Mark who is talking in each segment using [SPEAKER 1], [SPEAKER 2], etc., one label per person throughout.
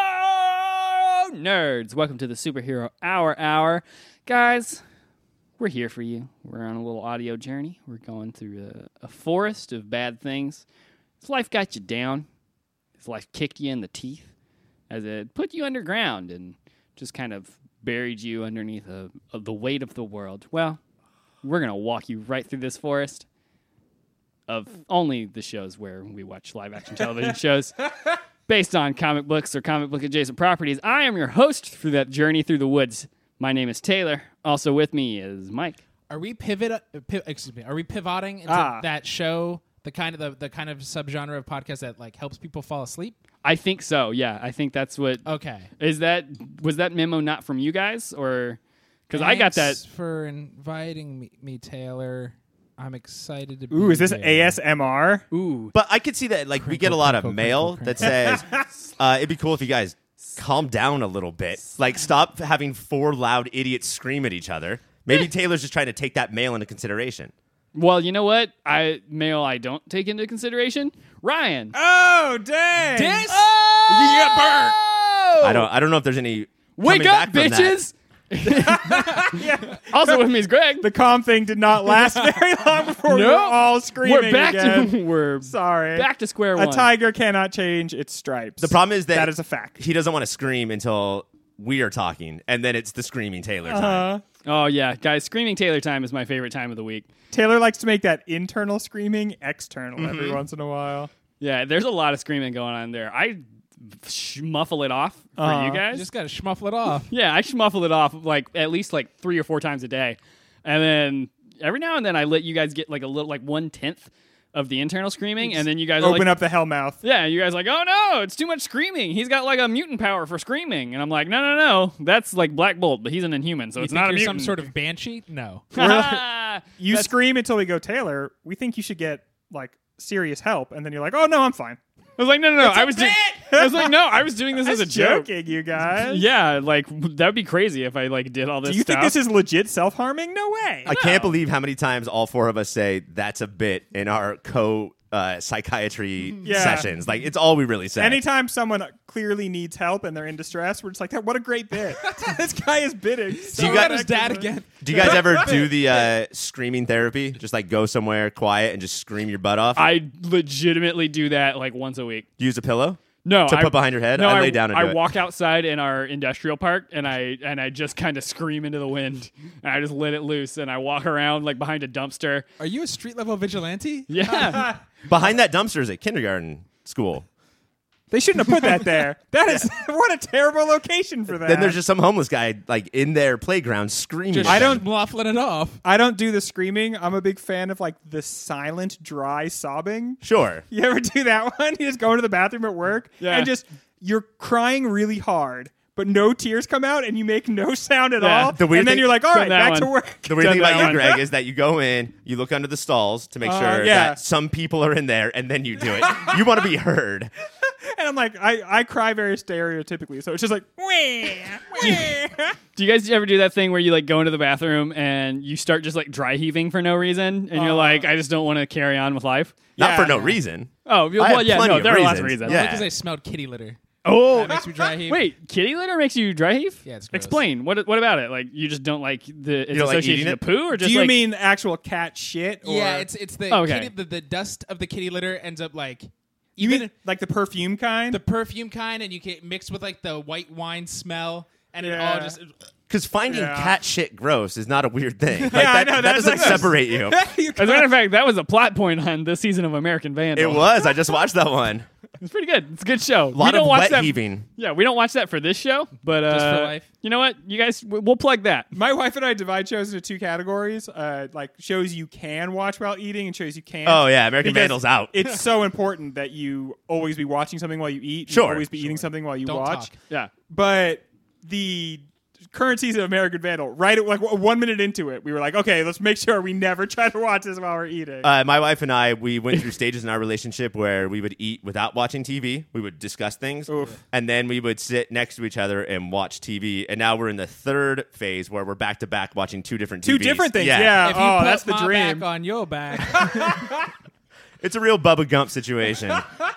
[SPEAKER 1] Hello, nerds. Welcome to the Superhero Hour Hour. Guys, we're here for you. We're on a little audio journey. We're going through a, a forest of bad things. Has life got you down? Has life kicked you in the teeth? Has it put you underground and just kind of buried you underneath a, of the weight of the world? Well, we're going to walk you right through this forest of only the shows where we watch live action television shows based on comic books or comic book adjacent properties. I am your host through that journey through the woods. My name is Taylor. Also with me is Mike.
[SPEAKER 2] Are we pivot? uh, pi- excuse me. Are we pivoting into
[SPEAKER 3] Ah.
[SPEAKER 2] that show? The kind of the, the kind of subgenre of podcast that like helps people fall asleep.
[SPEAKER 1] I think so. Yeah, I think that's what is
[SPEAKER 3] Oh.
[SPEAKER 2] Okay.
[SPEAKER 1] that was that memo not from you guys or cuz I got that
[SPEAKER 2] Thanks for inviting me, me, Taylor. I'm excited to. be
[SPEAKER 3] Ooh, is this
[SPEAKER 2] there.
[SPEAKER 3] ASMR?
[SPEAKER 1] ooh
[SPEAKER 4] But I could see that, like, we get a lot of mail that says, uh, it'd be cool if you guys calm down a little bit. Like, stop having four loud idiots scream at each other.
[SPEAKER 1] Eh.
[SPEAKER 4] Maybe Taylor's just trying to take that mail into consideration.
[SPEAKER 1] Well, you know what? I mail I don't take into consideration. Ryan.
[SPEAKER 3] Oh, dang.
[SPEAKER 2] This
[SPEAKER 1] Oh!
[SPEAKER 3] You get burnt.
[SPEAKER 4] I don't. I don't know if there's any.
[SPEAKER 1] Wake
[SPEAKER 4] coming
[SPEAKER 1] up,
[SPEAKER 4] back from that.
[SPEAKER 1] bitches. Also with me is Greg.
[SPEAKER 3] The calm thing did not last very long before we were
[SPEAKER 1] Nope.
[SPEAKER 3] all screaming
[SPEAKER 1] We're back
[SPEAKER 3] again.
[SPEAKER 1] to we're
[SPEAKER 3] Sorry.
[SPEAKER 1] back to square
[SPEAKER 3] A
[SPEAKER 1] one.
[SPEAKER 3] tiger cannot change its stripes.
[SPEAKER 4] The problem is that
[SPEAKER 3] that is a fact.
[SPEAKER 4] He doesn't want to scream until we are talking, and then it's the screaming Taylor time.
[SPEAKER 3] Uh,
[SPEAKER 1] Oh yeah, guys, screaming Taylor time is my favorite time of the week.
[SPEAKER 3] Taylor likes to make that internal screaming external
[SPEAKER 1] Mm-hmm.
[SPEAKER 3] every once in a while.
[SPEAKER 1] Yeah, there's a lot of screaming going on there. I sh- muffle it off for you
[SPEAKER 3] Uh-huh.
[SPEAKER 1] guys.
[SPEAKER 2] You just gotta schmuffle it off.
[SPEAKER 1] yeah, I schmuffle it off like at least like three or four times a day, and then every now and then I let you guys get like a little like one tenth of the internal screaming, and then you guys are
[SPEAKER 3] Open
[SPEAKER 1] like,
[SPEAKER 3] up the hell mouth.
[SPEAKER 1] Yeah, you guys are like, oh no, it's too much screaming. He's got like a mutant power for screaming, and I'm like, no, no, no, that's like Black Bolt, but he's an inhuman, so
[SPEAKER 2] You
[SPEAKER 1] it's
[SPEAKER 2] think
[SPEAKER 1] not a
[SPEAKER 2] you're
[SPEAKER 1] mutant.
[SPEAKER 2] some sort of banshee? No.
[SPEAKER 3] You scream until we go, Taylor, we think you should get like serious help. And then you're like, oh, no, I'm fine.
[SPEAKER 1] I was like, no, no, no, I was doing. I was like, no, I was doing this as a
[SPEAKER 3] Just
[SPEAKER 1] joke.
[SPEAKER 3] joking, you guys.
[SPEAKER 1] Yeah, like w- that would be crazy if I like did all this
[SPEAKER 3] Do you
[SPEAKER 1] stuff.
[SPEAKER 3] think this is legit self harming? No way.
[SPEAKER 4] I can't believe how many times all four of us say that's a bit in our co uh, psychiatry
[SPEAKER 3] Yeah.
[SPEAKER 4] sessions. Like it's all we really say.
[SPEAKER 3] Anytime someone clearly needs help and they're in distress, we're just like, what a great bit. this guy is bidding. So
[SPEAKER 4] you got-
[SPEAKER 2] his dad again.
[SPEAKER 4] do you guys ever do the uh, screaming therapy? Just like go somewhere quiet and just scream your butt off.
[SPEAKER 1] I legitimately do that like once a week.
[SPEAKER 4] Use a pillow.
[SPEAKER 1] No,
[SPEAKER 4] To
[SPEAKER 1] I,
[SPEAKER 4] put behind your head?
[SPEAKER 1] No,
[SPEAKER 4] I lay down and
[SPEAKER 1] I
[SPEAKER 4] do it.
[SPEAKER 1] walk outside in our industrial park, and I and I just kind of scream into the wind, and I just let it loose, and I walk around like behind a dumpster.
[SPEAKER 2] Are you a street level vigilante?
[SPEAKER 1] Yeah,
[SPEAKER 4] Behind that dumpster is a kindergarten school.
[SPEAKER 3] They shouldn't have put that there. That is what a terrible location for that.
[SPEAKER 4] Then there's just some homeless guy like in their playground screaming.
[SPEAKER 2] Just
[SPEAKER 4] at
[SPEAKER 2] I
[SPEAKER 4] them.
[SPEAKER 2] don't muffling it off.
[SPEAKER 3] I don't do the screaming. I'm a big fan of like the silent, dry sobbing.
[SPEAKER 4] Sure.
[SPEAKER 3] You ever do that one? You just go into the bathroom at work
[SPEAKER 1] Yeah.
[SPEAKER 3] and just you're crying really hard, but no tears come out and you make no sound at
[SPEAKER 1] Yeah.
[SPEAKER 3] all.
[SPEAKER 1] The
[SPEAKER 4] weird
[SPEAKER 3] and then
[SPEAKER 4] thing-
[SPEAKER 3] you're like, all
[SPEAKER 1] Done
[SPEAKER 3] right,
[SPEAKER 1] that
[SPEAKER 3] back to
[SPEAKER 1] one.
[SPEAKER 3] work.
[SPEAKER 4] The weird
[SPEAKER 1] Done
[SPEAKER 4] thing about
[SPEAKER 1] that
[SPEAKER 4] you,
[SPEAKER 1] one.
[SPEAKER 4] Greg, is that you go in, you look under the stalls to make
[SPEAKER 3] Uh,
[SPEAKER 4] sure
[SPEAKER 3] yeah.
[SPEAKER 4] that some people are in there, and then you do it. you want to be heard.
[SPEAKER 3] And I'm like, I, I cry very stereotypically. So it's just like, "Wah, wah."
[SPEAKER 1] do you guys ever do that thing where you like go into the bathroom and you start just like dry heaving for no reason, and you're like, I just don't want to carry on with life.
[SPEAKER 4] Not for
[SPEAKER 3] Yeah.
[SPEAKER 4] no reason.
[SPEAKER 1] Uh. Oh,
[SPEAKER 4] I
[SPEAKER 1] well,
[SPEAKER 4] have
[SPEAKER 1] yeah,
[SPEAKER 4] plenty
[SPEAKER 1] no,
[SPEAKER 4] of
[SPEAKER 1] there are lots of
[SPEAKER 4] reasons.
[SPEAKER 1] reasons.
[SPEAKER 4] Yeah.
[SPEAKER 2] Because I smelled kitty litter.
[SPEAKER 1] Oh,
[SPEAKER 2] That makes me dry heave.
[SPEAKER 1] Wait, kitty litter makes you dry heave?
[SPEAKER 2] Yeah, it's gross.
[SPEAKER 1] Explain. What what about it? Like you just don't like the it's
[SPEAKER 4] don't like
[SPEAKER 1] association
[SPEAKER 4] eating
[SPEAKER 1] to poo or just
[SPEAKER 3] do you
[SPEAKER 1] like,
[SPEAKER 3] mean actual cat shit? Or
[SPEAKER 2] Yeah, it's it's the
[SPEAKER 1] Okay.
[SPEAKER 2] kitty, the, the dust of the kitty litter ends up like
[SPEAKER 3] you mean like the perfume kind?
[SPEAKER 2] the perfume kind, and you get mixed with like the white wine smell, and it all
[SPEAKER 3] Yeah.
[SPEAKER 2] just
[SPEAKER 4] Because finding
[SPEAKER 3] Yeah.
[SPEAKER 4] cat shit gross is not a weird thing. Like,
[SPEAKER 3] I
[SPEAKER 4] that,
[SPEAKER 3] know,
[SPEAKER 4] that
[SPEAKER 3] that's
[SPEAKER 4] doesn't
[SPEAKER 3] like-
[SPEAKER 4] separate you.
[SPEAKER 3] You
[SPEAKER 1] As a matter of fact, that was a plot point on this season of American
[SPEAKER 4] It
[SPEAKER 1] Vandal.
[SPEAKER 4] was. I just watched that one.
[SPEAKER 1] It's pretty good. It's a good show.
[SPEAKER 4] A lot
[SPEAKER 1] we don't
[SPEAKER 4] of
[SPEAKER 1] watch
[SPEAKER 4] wet
[SPEAKER 1] that.
[SPEAKER 4] heaving.
[SPEAKER 1] Yeah, we don't watch that for this show, but uh,
[SPEAKER 2] Just for life.
[SPEAKER 1] you know what? You guys, we- we'll plug that.
[SPEAKER 3] My wife and I divide shows into two categories, uh, like shows you can watch while eating and shows you can't.
[SPEAKER 4] Oh, yeah. American
[SPEAKER 3] Because
[SPEAKER 4] Vandal's out.
[SPEAKER 3] It's so important that you always be watching something while you eat. you
[SPEAKER 4] Sure.
[SPEAKER 3] always be eating something while you
[SPEAKER 2] Don't talk.
[SPEAKER 3] watch.
[SPEAKER 1] Yeah.
[SPEAKER 3] But the current season of American Vandal, right at like w- one minute into it, we were like, okay, let's make sure we never try to watch this while we're eating.
[SPEAKER 4] uh, my wife and I, we went through stages in our relationship where we would eat without watching TV. We would discuss things,
[SPEAKER 3] Oof.
[SPEAKER 4] and then we would sit next to each other and watch TV. And now we're in the third phase where we're back to back watching two different
[SPEAKER 3] Two
[SPEAKER 4] TVs.
[SPEAKER 3] different things, yeah.
[SPEAKER 2] if you
[SPEAKER 3] oh,
[SPEAKER 2] put
[SPEAKER 3] that's the
[SPEAKER 2] my
[SPEAKER 3] dream.
[SPEAKER 2] back on your back,
[SPEAKER 4] It's a real Bubba Gump situation.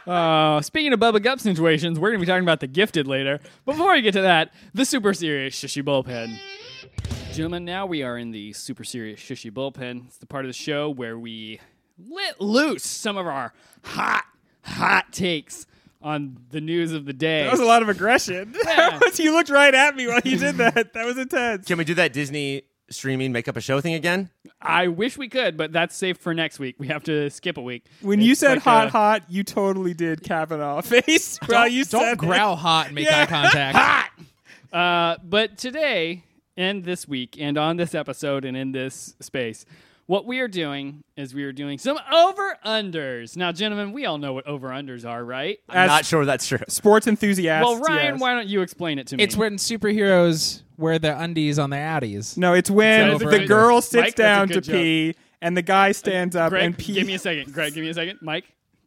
[SPEAKER 1] Uh, speaking of Bubba Gup situations, we're going to be talking about the gifted later. But before we get to that, the super serious shishy bullpen. Gentlemen, now we are in the super serious shishy bullpen. It's the part of the show where we let loose some of our hot, hot takes on the news of the day.
[SPEAKER 3] That was a lot of aggression.
[SPEAKER 1] Yeah.
[SPEAKER 3] you looked right at me while you did that. That was intense.
[SPEAKER 4] Can we do that Disney streaming make up a show thing again?
[SPEAKER 1] I wish we could, but that's safe for next week. We have to skip a week.
[SPEAKER 3] When you
[SPEAKER 1] It's
[SPEAKER 3] said
[SPEAKER 1] like uh,
[SPEAKER 3] hot,
[SPEAKER 1] a-
[SPEAKER 3] hot, you totally did Kavanaugh face. Well, you said
[SPEAKER 2] Don't
[SPEAKER 3] it.
[SPEAKER 2] growl hot and make
[SPEAKER 3] Yeah.
[SPEAKER 2] eye contact.
[SPEAKER 1] Uh, but today and this week and on this episode and in this space, what we are doing is we are doing some over unders. Now, gentlemen, we all know what over unders are, right?
[SPEAKER 3] As
[SPEAKER 4] Not sure that's true.
[SPEAKER 3] sports enthusiasts.
[SPEAKER 1] well, Ryan,
[SPEAKER 3] yes.
[SPEAKER 1] why don't you explain it to me?
[SPEAKER 2] it's when superheroes wear their undies on their outies.
[SPEAKER 3] No, it's when
[SPEAKER 1] It's
[SPEAKER 3] the
[SPEAKER 1] over under.
[SPEAKER 3] girl sits
[SPEAKER 1] Mike, that's a
[SPEAKER 3] down to
[SPEAKER 1] good joke.
[SPEAKER 3] pee and the guy stands up
[SPEAKER 1] Greg,
[SPEAKER 3] and pees.
[SPEAKER 1] give me a second. Greg, give me a second. Mike,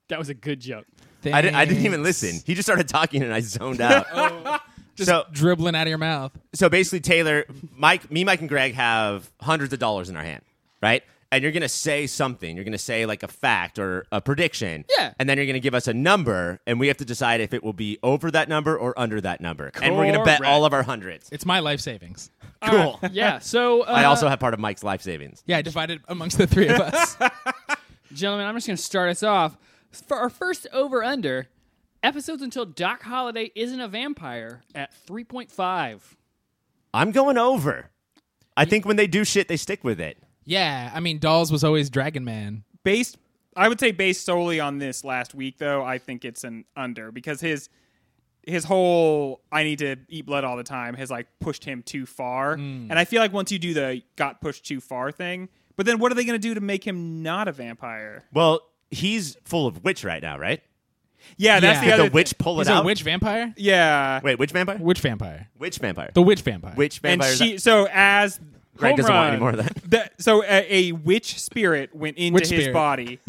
[SPEAKER 1] that was a good joke.
[SPEAKER 4] I, didn't, I didn't even listen. He just started talking and I zoned out.
[SPEAKER 2] Just
[SPEAKER 4] So-
[SPEAKER 2] dribbling out of your mouth.
[SPEAKER 4] so basically, Taylor, Mike, me, Mike, and Greg have hundreds of dollars in our hand, right? And you're gonna say something. You're gonna say like a fact or a prediction.
[SPEAKER 1] Yeah.
[SPEAKER 4] And then you're gonna give us a number, and we have to decide if it will be over that number or under that number. And we're gonna bet
[SPEAKER 1] Correct.
[SPEAKER 4] all of our hundreds.
[SPEAKER 2] It's my life savings.
[SPEAKER 4] Cool.
[SPEAKER 1] Yeah. So, uh,
[SPEAKER 4] I also have part of Mike's life savings.
[SPEAKER 2] Yeah, I divided amongst the three of us.
[SPEAKER 1] gentlemen, I'm just going to start us off for our first over under episodes until Doc Holliday isn't a vampire at 3.5.
[SPEAKER 4] I'm going over. I think when they do shit, they stick with it.
[SPEAKER 2] yeah, I mean, Dolls was always Dragon Man.
[SPEAKER 3] based I would say based solely on this last week though, I think it's an under because his his whole I need to eat blood all the time has like pushed him too far.
[SPEAKER 1] Hmm.
[SPEAKER 3] And I feel like once you do the got pushed too far thing, but then what are they going to do to make him not a vampire?
[SPEAKER 4] Well, he's full of witch right now, right?
[SPEAKER 3] Yeah, that's
[SPEAKER 2] Yeah.
[SPEAKER 3] the
[SPEAKER 4] Did
[SPEAKER 3] other
[SPEAKER 4] the witch
[SPEAKER 3] thi-
[SPEAKER 4] pull
[SPEAKER 2] Is
[SPEAKER 4] it
[SPEAKER 2] it a
[SPEAKER 4] out?
[SPEAKER 2] witch vampire?
[SPEAKER 3] yeah.
[SPEAKER 4] Wait, which vampire?
[SPEAKER 2] Witch vampire.
[SPEAKER 4] Which vampire?
[SPEAKER 2] The witch vampire.
[SPEAKER 4] Which
[SPEAKER 3] And
[SPEAKER 4] vampire? is
[SPEAKER 3] she
[SPEAKER 4] that?
[SPEAKER 3] so as
[SPEAKER 4] Greg
[SPEAKER 3] home
[SPEAKER 4] doesn't want
[SPEAKER 3] run,
[SPEAKER 4] any more of that.
[SPEAKER 3] the- so a, a witch spirit went into
[SPEAKER 2] Witch
[SPEAKER 3] his
[SPEAKER 2] spirit.
[SPEAKER 3] body,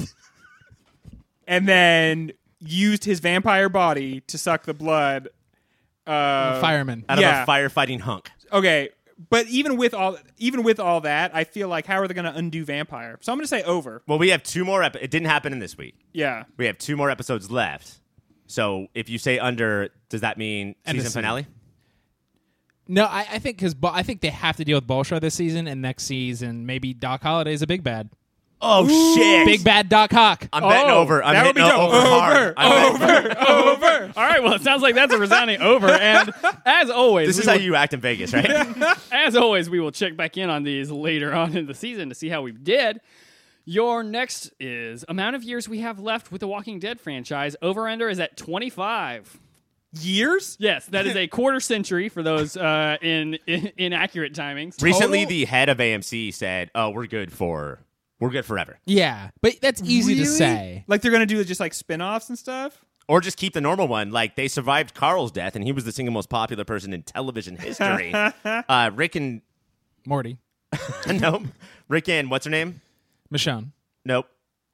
[SPEAKER 3] and then used his vampire body to suck the blood. Uh,
[SPEAKER 2] Fireman.
[SPEAKER 4] Out
[SPEAKER 3] yeah.
[SPEAKER 4] of a firefighting hunk.
[SPEAKER 3] Okay, but even with all even with all that, I feel like how are they going to undo vampire? So I'm going to say over.
[SPEAKER 4] Well, we have two more. Epi- it didn't happen in this week.
[SPEAKER 3] Yeah,
[SPEAKER 4] We have two more episodes left. So if you say under, does that mean
[SPEAKER 2] End of
[SPEAKER 4] season
[SPEAKER 2] season.
[SPEAKER 4] finale?
[SPEAKER 2] No, I, I think because I think they have to deal with Bolshoi this season and next season. Maybe Doc Holliday's a big bad,
[SPEAKER 4] Oh shit!
[SPEAKER 2] big bad Doc Hawk.
[SPEAKER 4] I'm betting
[SPEAKER 3] Oh,
[SPEAKER 4] over. I'm
[SPEAKER 3] that would be
[SPEAKER 4] hitting o-
[SPEAKER 3] dope.
[SPEAKER 4] over, hard.
[SPEAKER 3] Over,
[SPEAKER 4] I'm betting-
[SPEAKER 3] over.
[SPEAKER 1] All right, well, it sounds like that's a resounding over. And as always,
[SPEAKER 4] This
[SPEAKER 1] we
[SPEAKER 4] is how
[SPEAKER 1] will-
[SPEAKER 4] you act in Vegas, right?
[SPEAKER 1] as always, we will check back in on these later on in the season to see how we did. Your next is amount of years we have left with the Walking Dead franchise. Over under is at 25.
[SPEAKER 3] Years?
[SPEAKER 1] Yes, that is a quarter century for those uh, in, in inaccurate timings.
[SPEAKER 4] Recently, the head of AMC said, "Oh, we're good for we're good forever,"
[SPEAKER 2] Yeah, but that's easy to
[SPEAKER 3] Really?
[SPEAKER 2] say.
[SPEAKER 3] Like they're going to do just like spin-offs and stuff?
[SPEAKER 4] or just keep the normal one. Like they survived Carl's death, and he was the single most popular person in television history. uh, Rick and
[SPEAKER 2] Morty,
[SPEAKER 4] nope, Rick and what's her name?
[SPEAKER 2] Michonne.
[SPEAKER 4] Nope.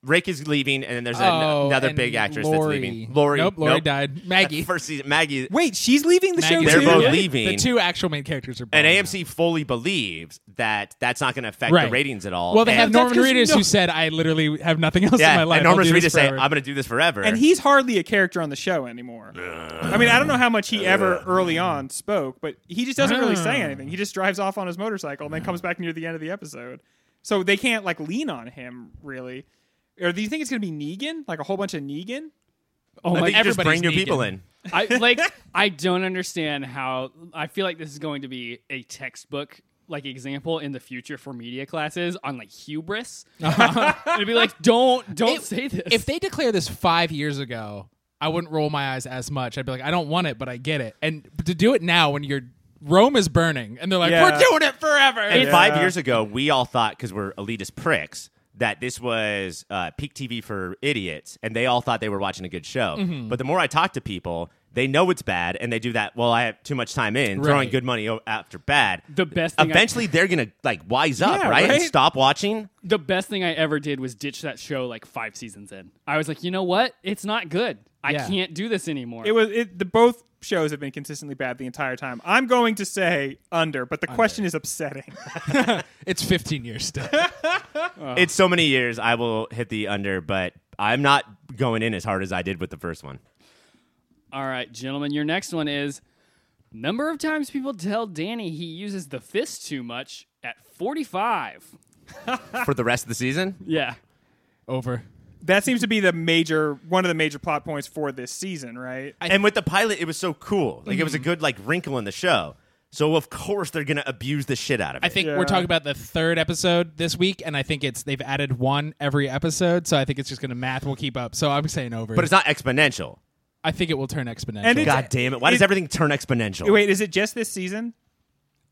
[SPEAKER 4] Rick is leaving, and then there's an-
[SPEAKER 2] Oh,
[SPEAKER 4] another
[SPEAKER 2] and
[SPEAKER 4] big actress
[SPEAKER 2] Lori.
[SPEAKER 4] that's leaving. Lori.
[SPEAKER 2] Nope, Lori died. Maggie.
[SPEAKER 4] First season, Maggie.
[SPEAKER 3] Wait, she's leaving the
[SPEAKER 2] Maggie's
[SPEAKER 3] show
[SPEAKER 4] They're
[SPEAKER 3] too.
[SPEAKER 4] both
[SPEAKER 1] Yeah.
[SPEAKER 4] leaving.
[SPEAKER 2] The two actual main characters are
[SPEAKER 4] and
[SPEAKER 2] both-
[SPEAKER 4] AMC fully believes that that's not going to affect the
[SPEAKER 2] Right.
[SPEAKER 4] ratings at all.
[SPEAKER 2] Well, they have
[SPEAKER 4] and,
[SPEAKER 1] that's
[SPEAKER 2] Norman
[SPEAKER 1] 'cause
[SPEAKER 2] Reedus
[SPEAKER 1] no-
[SPEAKER 2] who said, "I literally have nothing else
[SPEAKER 4] yeah,
[SPEAKER 2] in my life."
[SPEAKER 4] and Norman
[SPEAKER 2] I'll do this
[SPEAKER 4] Reedus say, "I'm
[SPEAKER 2] forever."
[SPEAKER 4] going to do this forever."
[SPEAKER 3] and he's hardly a character on the show anymore. I mean, I don't know how much he ever early on spoke, but he just doesn't really say anything. He just drives off on his motorcycle and then comes back near the end of the episode. So they can't like lean on him really. Or do you think it's going to be Negan? Like a whole bunch of Negan?
[SPEAKER 1] Oh
[SPEAKER 4] I
[SPEAKER 1] my
[SPEAKER 4] think you just
[SPEAKER 2] everybody's
[SPEAKER 4] bring new people
[SPEAKER 2] Negan.
[SPEAKER 4] in.
[SPEAKER 1] I like I don't understand how I feel like this is going to be a textbook like example in the future for media classes on like hubris. It'd be like don't don't
[SPEAKER 2] It-
[SPEAKER 1] say this.
[SPEAKER 2] If they declare this five years ago, I wouldn't roll my eyes as much. I'd be like, I don't want it, but I get it. And to do it now when you're Rome is burning, and they're like,
[SPEAKER 3] Yeah.
[SPEAKER 2] we're doing it forever.
[SPEAKER 4] And
[SPEAKER 1] Yeah.
[SPEAKER 4] five years ago, we all thought because we're elitist pricks that this was uh, peak TV for idiots, and they all thought they were watching a good show.
[SPEAKER 1] Mm-hmm.
[SPEAKER 4] But the more I talk to people, they know it's bad, and they do that. Well, I have too much time in throwing
[SPEAKER 2] Right.
[SPEAKER 4] good money o- after bad.
[SPEAKER 1] The best thing I-
[SPEAKER 4] Eventually, they're going to like wise up,
[SPEAKER 3] Yeah,
[SPEAKER 4] right, and
[SPEAKER 3] right?
[SPEAKER 4] stop watching.
[SPEAKER 1] the best thing I ever did was ditch that show like five seasons in. I was like, you know what? It's not good. I
[SPEAKER 2] Yeah.
[SPEAKER 1] can't do this anymore.
[SPEAKER 3] It was it, the both shows have been consistently bad the entire time. I'm going to say under, but the question is upsetting.
[SPEAKER 2] it's 15 years still.
[SPEAKER 4] It's so many years. I will hit the under, but I'm not going in as hard as I did with the first one.
[SPEAKER 1] All right, gentlemen, your next one is number of times people tell Danny he uses the fist too much at 45.
[SPEAKER 4] For the rest of the season,
[SPEAKER 1] Yeah.
[SPEAKER 2] Over.
[SPEAKER 3] That seems to be the major one of the major plot points for this season, right?
[SPEAKER 4] and with the pilot, it was so cool. Like it
[SPEAKER 3] Mm-hmm.
[SPEAKER 4] was a good like wrinkle in the show. So of course they're gonna abuse the shit out of it.
[SPEAKER 2] I think
[SPEAKER 3] Yeah.
[SPEAKER 2] we're talking about the third episode this week, and I think it's they've added one every episode, so I think it's just gonna math will keep up. So I'm saying over.
[SPEAKER 4] but it's not exponential.
[SPEAKER 2] I think it will turn exponential.
[SPEAKER 3] And it's-
[SPEAKER 4] God damn it! Why does
[SPEAKER 3] it-
[SPEAKER 4] everything turn exponential?
[SPEAKER 3] Wait, is it just this season?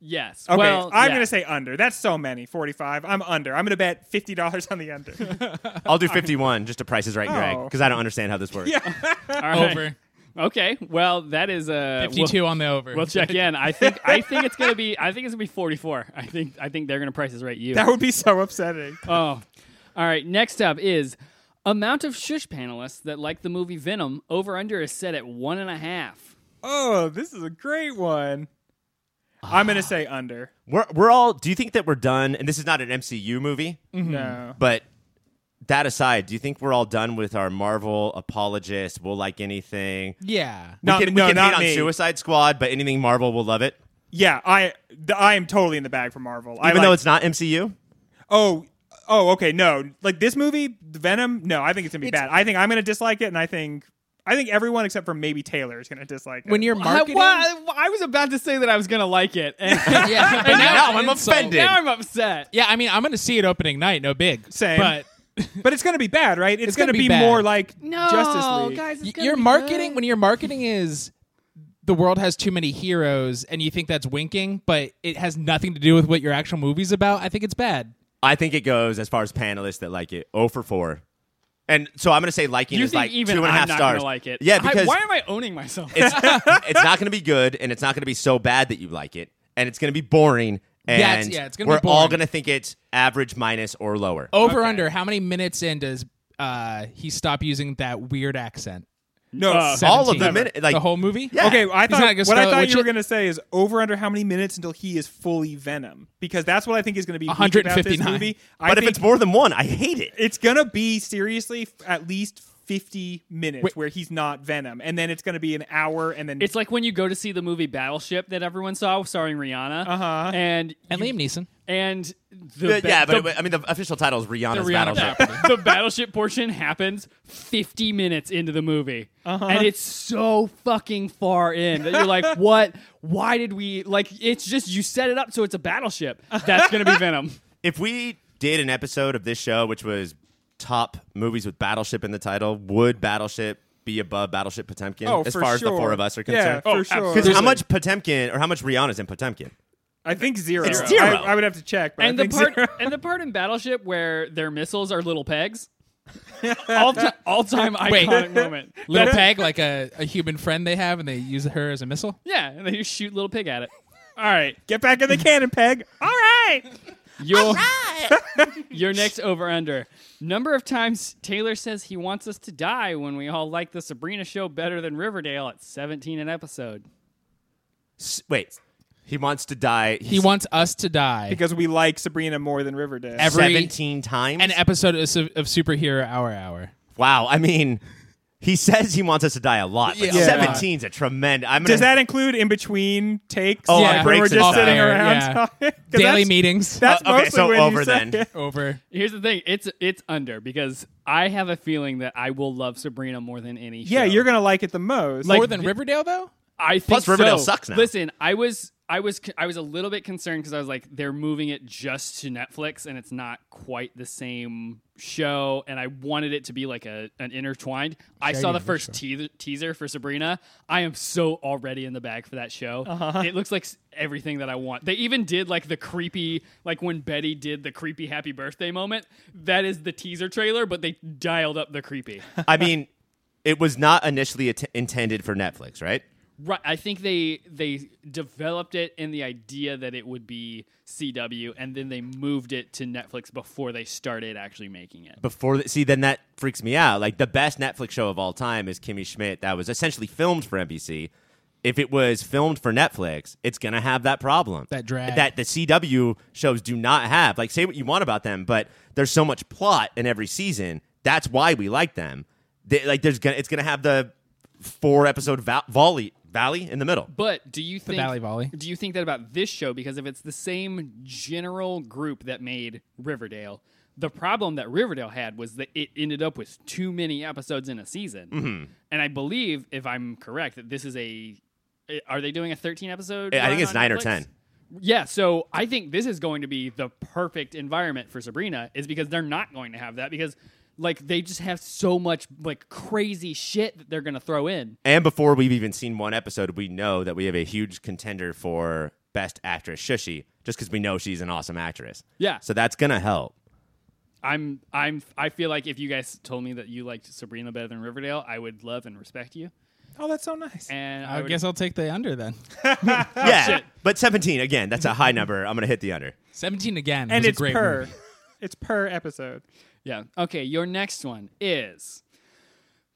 [SPEAKER 1] Yes.
[SPEAKER 3] Okay,
[SPEAKER 1] well,
[SPEAKER 3] I'm
[SPEAKER 1] yeah.
[SPEAKER 3] gonna say under. That's so many. Forty-five. I'm under. I'm gonna bet fifty dollars on the under.
[SPEAKER 4] I'll do 51 just to Price is Right, Greg,
[SPEAKER 3] Oh.
[SPEAKER 4] because I don't understand how this works.
[SPEAKER 1] All right.
[SPEAKER 2] over.
[SPEAKER 1] Okay. Well, that is uh, we'll-
[SPEAKER 2] 52 on the over.
[SPEAKER 1] We'll check in. I think I think it's gonna be I think it's gonna be forty four. I think I think they're gonna price is right you.
[SPEAKER 3] that would be so upsetting.
[SPEAKER 1] oh. All right. Next up is amount of shush panelists that like the movie Venom over under is set at one and a half.
[SPEAKER 3] Oh, this is a great one. I'm gonna say under.
[SPEAKER 4] We're, we're all, do you think that we're done? And this is not an MCU movie,
[SPEAKER 3] No.
[SPEAKER 4] but that aside, do you think we're all done with our Marvel apologists? We'll like anything.
[SPEAKER 2] Yeah.
[SPEAKER 3] Not,
[SPEAKER 4] we can,
[SPEAKER 3] no,
[SPEAKER 4] we can
[SPEAKER 3] not
[SPEAKER 4] hate
[SPEAKER 3] me.
[SPEAKER 4] on Suicide Squad, but anything Marvel will love it,
[SPEAKER 3] Yeah, I th- I am totally in the bag for Marvel. I
[SPEAKER 4] even
[SPEAKER 3] like,
[SPEAKER 4] though it's not MCU.
[SPEAKER 3] oh oh okay no like this movie Venom no I think it's gonna be
[SPEAKER 2] It's-
[SPEAKER 3] bad. I think I'm gonna dislike it, and I think I think everyone except for maybe Taylor is gonna dislike it.
[SPEAKER 2] When you're marketing.
[SPEAKER 1] I, well, I was about to say that I was gonna like it, and now
[SPEAKER 2] yeah, but
[SPEAKER 4] Now I'm
[SPEAKER 2] insult.
[SPEAKER 4] offended.
[SPEAKER 1] I'm upset.
[SPEAKER 2] Yeah, I mean, I'm going to see it opening night. No big.
[SPEAKER 3] Same.
[SPEAKER 2] But
[SPEAKER 3] but it's gonna be bad, right? It's,
[SPEAKER 2] gonna
[SPEAKER 3] gonna,
[SPEAKER 2] be
[SPEAKER 3] be,
[SPEAKER 2] bad.
[SPEAKER 3] more like
[SPEAKER 1] No,
[SPEAKER 3] Justice League.
[SPEAKER 1] Oh, guys,
[SPEAKER 2] y-
[SPEAKER 1] it's gonna
[SPEAKER 2] your
[SPEAKER 1] be
[SPEAKER 2] marketing,
[SPEAKER 1] good.
[SPEAKER 2] when your marketing is the world has too many heroes and you think that's winking, but it has nothing to do with what your actual movie's about, I think it's bad.
[SPEAKER 4] I think it goes as far as panelists that like it, 0 for 4. And so I'm going to say liking
[SPEAKER 1] you
[SPEAKER 4] is
[SPEAKER 1] think
[SPEAKER 4] like
[SPEAKER 1] even
[SPEAKER 4] two and a half
[SPEAKER 1] I'm not
[SPEAKER 4] stars.
[SPEAKER 1] gonna like it.
[SPEAKER 4] Yeah,
[SPEAKER 1] I-
[SPEAKER 4] because
[SPEAKER 1] why am I owning myself?
[SPEAKER 4] it's, it's not going to be good and it's not going to be so bad that you like it and it's going to be boring and
[SPEAKER 2] Yeah, it's- yeah, it's gonna be
[SPEAKER 4] we're all
[SPEAKER 2] boring.
[SPEAKER 4] going to think it's average minus or lower
[SPEAKER 1] Oh,
[SPEAKER 2] Over under, how many minutes in does uh, he stop using that weird accent?
[SPEAKER 3] no,
[SPEAKER 1] Uh,
[SPEAKER 3] so-
[SPEAKER 4] all of
[SPEAKER 2] 17.
[SPEAKER 4] the minute like
[SPEAKER 2] the whole movie?
[SPEAKER 4] Yeah.
[SPEAKER 3] Okay, I
[SPEAKER 2] He's not
[SPEAKER 3] thought what
[SPEAKER 2] gonna
[SPEAKER 3] I
[SPEAKER 2] Scarlet
[SPEAKER 3] thought
[SPEAKER 2] Witch
[SPEAKER 3] you were
[SPEAKER 2] it?
[SPEAKER 3] going to say is over under how many minutes until he is fully Venom because that's what I think is going to be weak about this
[SPEAKER 2] 159.
[SPEAKER 3] movie. I
[SPEAKER 4] but if
[SPEAKER 3] think
[SPEAKER 4] it's more than one i hate it
[SPEAKER 3] it's going to be seriously f- at least 50 minutes
[SPEAKER 2] Wait.
[SPEAKER 3] where he's not Venom and then it's going to be an hour and then
[SPEAKER 1] It's like when you go to see the movie Battleship that everyone saw starring Rihanna,
[SPEAKER 3] Uh-huh.
[SPEAKER 1] and
[SPEAKER 2] And
[SPEAKER 1] you-
[SPEAKER 2] Liam Neeson.
[SPEAKER 1] and the
[SPEAKER 4] But
[SPEAKER 1] ba-
[SPEAKER 4] yeah but,
[SPEAKER 1] the-
[SPEAKER 4] but, i mean the official title is rihanna's
[SPEAKER 2] The Rihanna
[SPEAKER 4] battleship
[SPEAKER 2] battle.
[SPEAKER 1] the battleship portion happens 50 minutes into the movie and it's so fucking far in that you're like what why did we like it's just you set it up so it's a battleship that's gonna be venom
[SPEAKER 4] if we did an episode of this show which was top movies with battleship in the title would battleship be above battleship potemkin
[SPEAKER 3] oh,
[SPEAKER 4] as
[SPEAKER 3] for
[SPEAKER 4] far as the
[SPEAKER 3] sure.
[SPEAKER 4] four of us are
[SPEAKER 3] Yeah,
[SPEAKER 4] concerned
[SPEAKER 3] for
[SPEAKER 1] Oh,
[SPEAKER 3] sure.
[SPEAKER 4] because how much potemkin or how much rihanna's in potemkin
[SPEAKER 3] I think zero.
[SPEAKER 4] It's zero.
[SPEAKER 3] I, I would have to check. But I
[SPEAKER 1] and the
[SPEAKER 3] think
[SPEAKER 1] part
[SPEAKER 3] zero.
[SPEAKER 1] and the part in battleship where their missiles are little pegs all, ti- all time
[SPEAKER 2] Wait.
[SPEAKER 1] iconic moment
[SPEAKER 2] Little Peg, like a, a human friend they have, and they use her as a missile.
[SPEAKER 1] yeah and they just shoot little pig at it all right
[SPEAKER 3] get back in the cannon peg. All right.
[SPEAKER 1] Your, your next over under. Number of times Taylor says he wants us to die when we all like the Sabrina show better than Riverdale at 17 an episode.
[SPEAKER 4] S- wait he wants to die
[SPEAKER 2] He wants us to die.
[SPEAKER 3] Because we like Sabrina more than Riverdale.
[SPEAKER 2] Every-
[SPEAKER 4] 17 times
[SPEAKER 2] An episode of, su- of Superhero Hour Hour.
[SPEAKER 4] Wow. I mean, he says he wants us to die a lot. But
[SPEAKER 2] Yeah.
[SPEAKER 4] 17's a tremendous. I'm
[SPEAKER 3] Does
[SPEAKER 4] gonna-
[SPEAKER 3] that include in between takes?
[SPEAKER 4] Oh,
[SPEAKER 2] Yeah.
[SPEAKER 3] like when we're
[SPEAKER 4] breaks and
[SPEAKER 3] just
[SPEAKER 4] stuff.
[SPEAKER 3] sitting
[SPEAKER 2] Fire,
[SPEAKER 3] around
[SPEAKER 2] yeah.
[SPEAKER 3] talking? 'Cause
[SPEAKER 2] Daily
[SPEAKER 3] that's-
[SPEAKER 2] meetings.
[SPEAKER 3] That's
[SPEAKER 4] Uh, okay,
[SPEAKER 3] mostly
[SPEAKER 4] so
[SPEAKER 3] when you
[SPEAKER 4] over
[SPEAKER 3] say
[SPEAKER 4] then.
[SPEAKER 3] it.
[SPEAKER 2] over.
[SPEAKER 1] Here's the thing, it's it's under because I have a feeling that I will love Sabrina more than any show.
[SPEAKER 3] Yeah, you're gonna like it the most.
[SPEAKER 2] More than Riverdale, though?
[SPEAKER 1] I think
[SPEAKER 4] Plus, Riverdale
[SPEAKER 1] so.
[SPEAKER 4] sucks now.
[SPEAKER 1] Listen, I was I was I was a little bit concerned because I was like, they're moving it just to Netflix, and it's not quite the same show. And I wanted it to be like a an intertwined. I saw the first te- teaser for Sabrina. I am so already in the bag for that show. It looks like s- everything that I want. They even did like the creepy, like when Betty did the creepy Happy Birthday moment. That is the teaser trailer, but they dialed up the creepy.
[SPEAKER 4] I mean, it was not initially at- intended for Netflix, right?
[SPEAKER 1] Right. I think they they developed it in the idea that it would be CW, and then they moved it to Netflix before they started actually making it.
[SPEAKER 4] Before the, see, then that freaks me out. Like the best Netflix show of all time is Kimmy Schmidt. That was essentially filmed for NBC. If it was filmed for Netflix, it's gonna have that problem.
[SPEAKER 2] That drag.
[SPEAKER 4] that the CW shows do not have. Like, say what you want about them, but there's so much plot in every season That's why we like them. They, like there's gonna it's gonna have the four episode val- volley valley in the middle.
[SPEAKER 1] But do you think
[SPEAKER 2] Valley Volley.
[SPEAKER 1] Do you think that about this show? Because if it's the same general group that made Riverdale, the problem that Riverdale had was that it ended up with too many episodes in a season.
[SPEAKER 4] Mm-hmm.
[SPEAKER 1] And I believe, if I'm correct, that this is a. Are they doing a 13 episode?
[SPEAKER 4] I think
[SPEAKER 1] run
[SPEAKER 4] it's
[SPEAKER 1] on
[SPEAKER 4] nine or
[SPEAKER 1] Netflix?
[SPEAKER 4] 10.
[SPEAKER 1] Yeah, so I think this is going to be the perfect environment for Sabrina is because they're not going to have that because like they just have so much like crazy shit that they're going to throw in.
[SPEAKER 4] And before we've even seen one episode, we know that we have a huge contender for best actress Shushi, just because we know she's an awesome actress.
[SPEAKER 1] Yeah.
[SPEAKER 4] So that's gonna help.
[SPEAKER 1] I'm I'm I feel like if you guys told me that you liked Sabrina better than Riverdale, I would love and respect you.
[SPEAKER 3] Oh, that's so nice.
[SPEAKER 1] And I,
[SPEAKER 2] I
[SPEAKER 1] would,
[SPEAKER 2] guess I'll take the under then.
[SPEAKER 4] yeah.
[SPEAKER 1] Oh, shit.
[SPEAKER 4] But 17 again, that's a high number. I'm gonna hit the under.
[SPEAKER 2] 17 again.
[SPEAKER 3] and
[SPEAKER 2] was a
[SPEAKER 3] it's
[SPEAKER 2] great
[SPEAKER 3] per.
[SPEAKER 2] movie.
[SPEAKER 3] It's per episode.
[SPEAKER 1] yeah. Okay, your next one is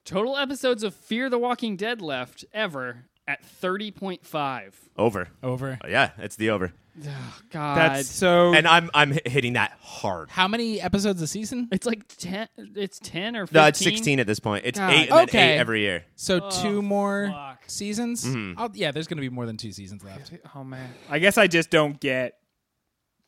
[SPEAKER 1] total episodes of Fear the Walking Dead left ever at 30.5.
[SPEAKER 4] Over.
[SPEAKER 2] Over.
[SPEAKER 4] Oh, yeah, it's the over.
[SPEAKER 1] God.
[SPEAKER 3] That's so.
[SPEAKER 4] And I'm I'm hi- hitting that hard.
[SPEAKER 2] How many episodes a season?
[SPEAKER 1] it's like 10 it's 10 or 15.
[SPEAKER 4] No, it's 16 at this point. It's
[SPEAKER 1] God.
[SPEAKER 4] eight and then
[SPEAKER 2] Okay.
[SPEAKER 4] eight every year.
[SPEAKER 2] So
[SPEAKER 4] Oh,
[SPEAKER 2] two more
[SPEAKER 1] fuck.
[SPEAKER 2] seasons?
[SPEAKER 4] Mm-hmm.
[SPEAKER 2] I'll, yeah, there's going to be more than two seasons left.
[SPEAKER 3] oh man, I guess I just don't get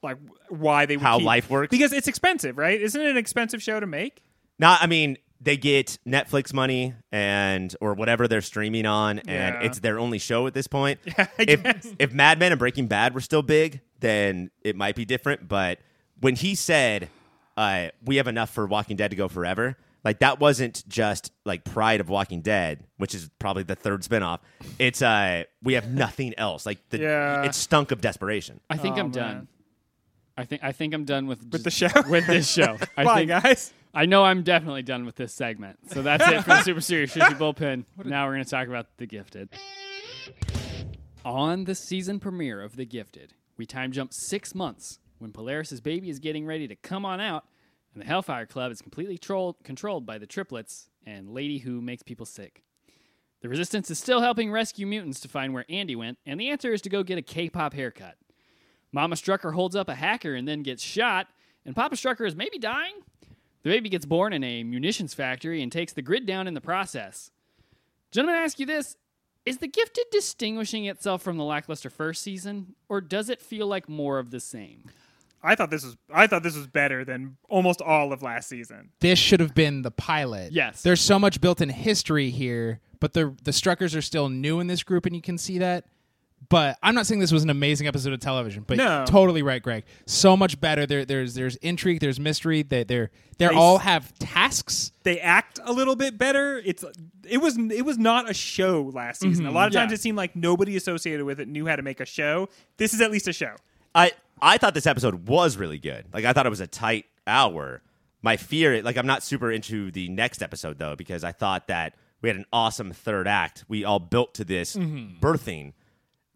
[SPEAKER 3] like why they would
[SPEAKER 4] How
[SPEAKER 3] keep-
[SPEAKER 4] life works?
[SPEAKER 3] because it's expensive, right? Isn't it an expensive show to make?
[SPEAKER 4] Not, I mean, they get Netflix money and or whatever they're streaming on, and
[SPEAKER 3] Yeah.
[SPEAKER 4] it's their only show at this point.
[SPEAKER 3] I
[SPEAKER 4] if
[SPEAKER 3] guess.
[SPEAKER 4] if Mad Men and Breaking Bad were still big, then it might be different. But when he said, uh, "We have enough for Walking Dead to go forever," like that wasn't just like Pride of Walking Dead, which is probably the third spinoff. It's uh, we have nothing else. Like the,
[SPEAKER 3] Yeah.
[SPEAKER 4] it stunk of desperation.
[SPEAKER 1] I think
[SPEAKER 3] Oh,
[SPEAKER 1] I'm
[SPEAKER 3] man.
[SPEAKER 1] done. I think I think I'm done with
[SPEAKER 3] With the show?
[SPEAKER 1] With this show. I
[SPEAKER 3] Bye,
[SPEAKER 1] think
[SPEAKER 3] guys.
[SPEAKER 1] I know I'm definitely done with this segment. So that's it for the Super Serious Shishy Bullpen. Now we're going to talk about The Gifted. On the season premiere of The Gifted, we time jump six months when Polaris' baby is getting ready to come on out, and the Hellfire Club is completely trolled, controlled by the triplets and Lady Who Makes People Sick. The Resistance is still helping rescue mutants to find where Andy went, and the answer is to go get a K pop haircut. Mama Strucker holds up a hacker and then gets shot, and Papa Strucker is maybe dying? The baby gets born in a munitions factory and takes the grid down in the process. Gentlemen, I ask you this Is The Gifted distinguishing itself from the lackluster first season, or does it feel like more of the same?
[SPEAKER 3] I thought this was I thought this was better than almost all of last season.
[SPEAKER 2] This should have been the pilot.
[SPEAKER 1] Yes.
[SPEAKER 2] There's so much built in history here, but the the Struckers are still new in this group, and you can see that. But I'm not saying this was an amazing episode of television, but
[SPEAKER 3] No.
[SPEAKER 2] totally right, Greg. So much better. There, there's there's intrigue, there's mystery. They they're they
[SPEAKER 3] They
[SPEAKER 2] all
[SPEAKER 3] s-
[SPEAKER 2] have tasks.
[SPEAKER 3] They act a little bit better. It's it was it was not a show last season. A lot of times
[SPEAKER 1] Mm-hmm. yeah.
[SPEAKER 3] it seemed like nobody associated with it knew how to make a show. This is at least a show.
[SPEAKER 4] I I thought this episode was really good. Like I thought it was a tight hour. My fear, like I'm not super into the next episode though, because I thought that we had an awesome third act. We all built to this
[SPEAKER 2] Mm-hmm.
[SPEAKER 4] birthing.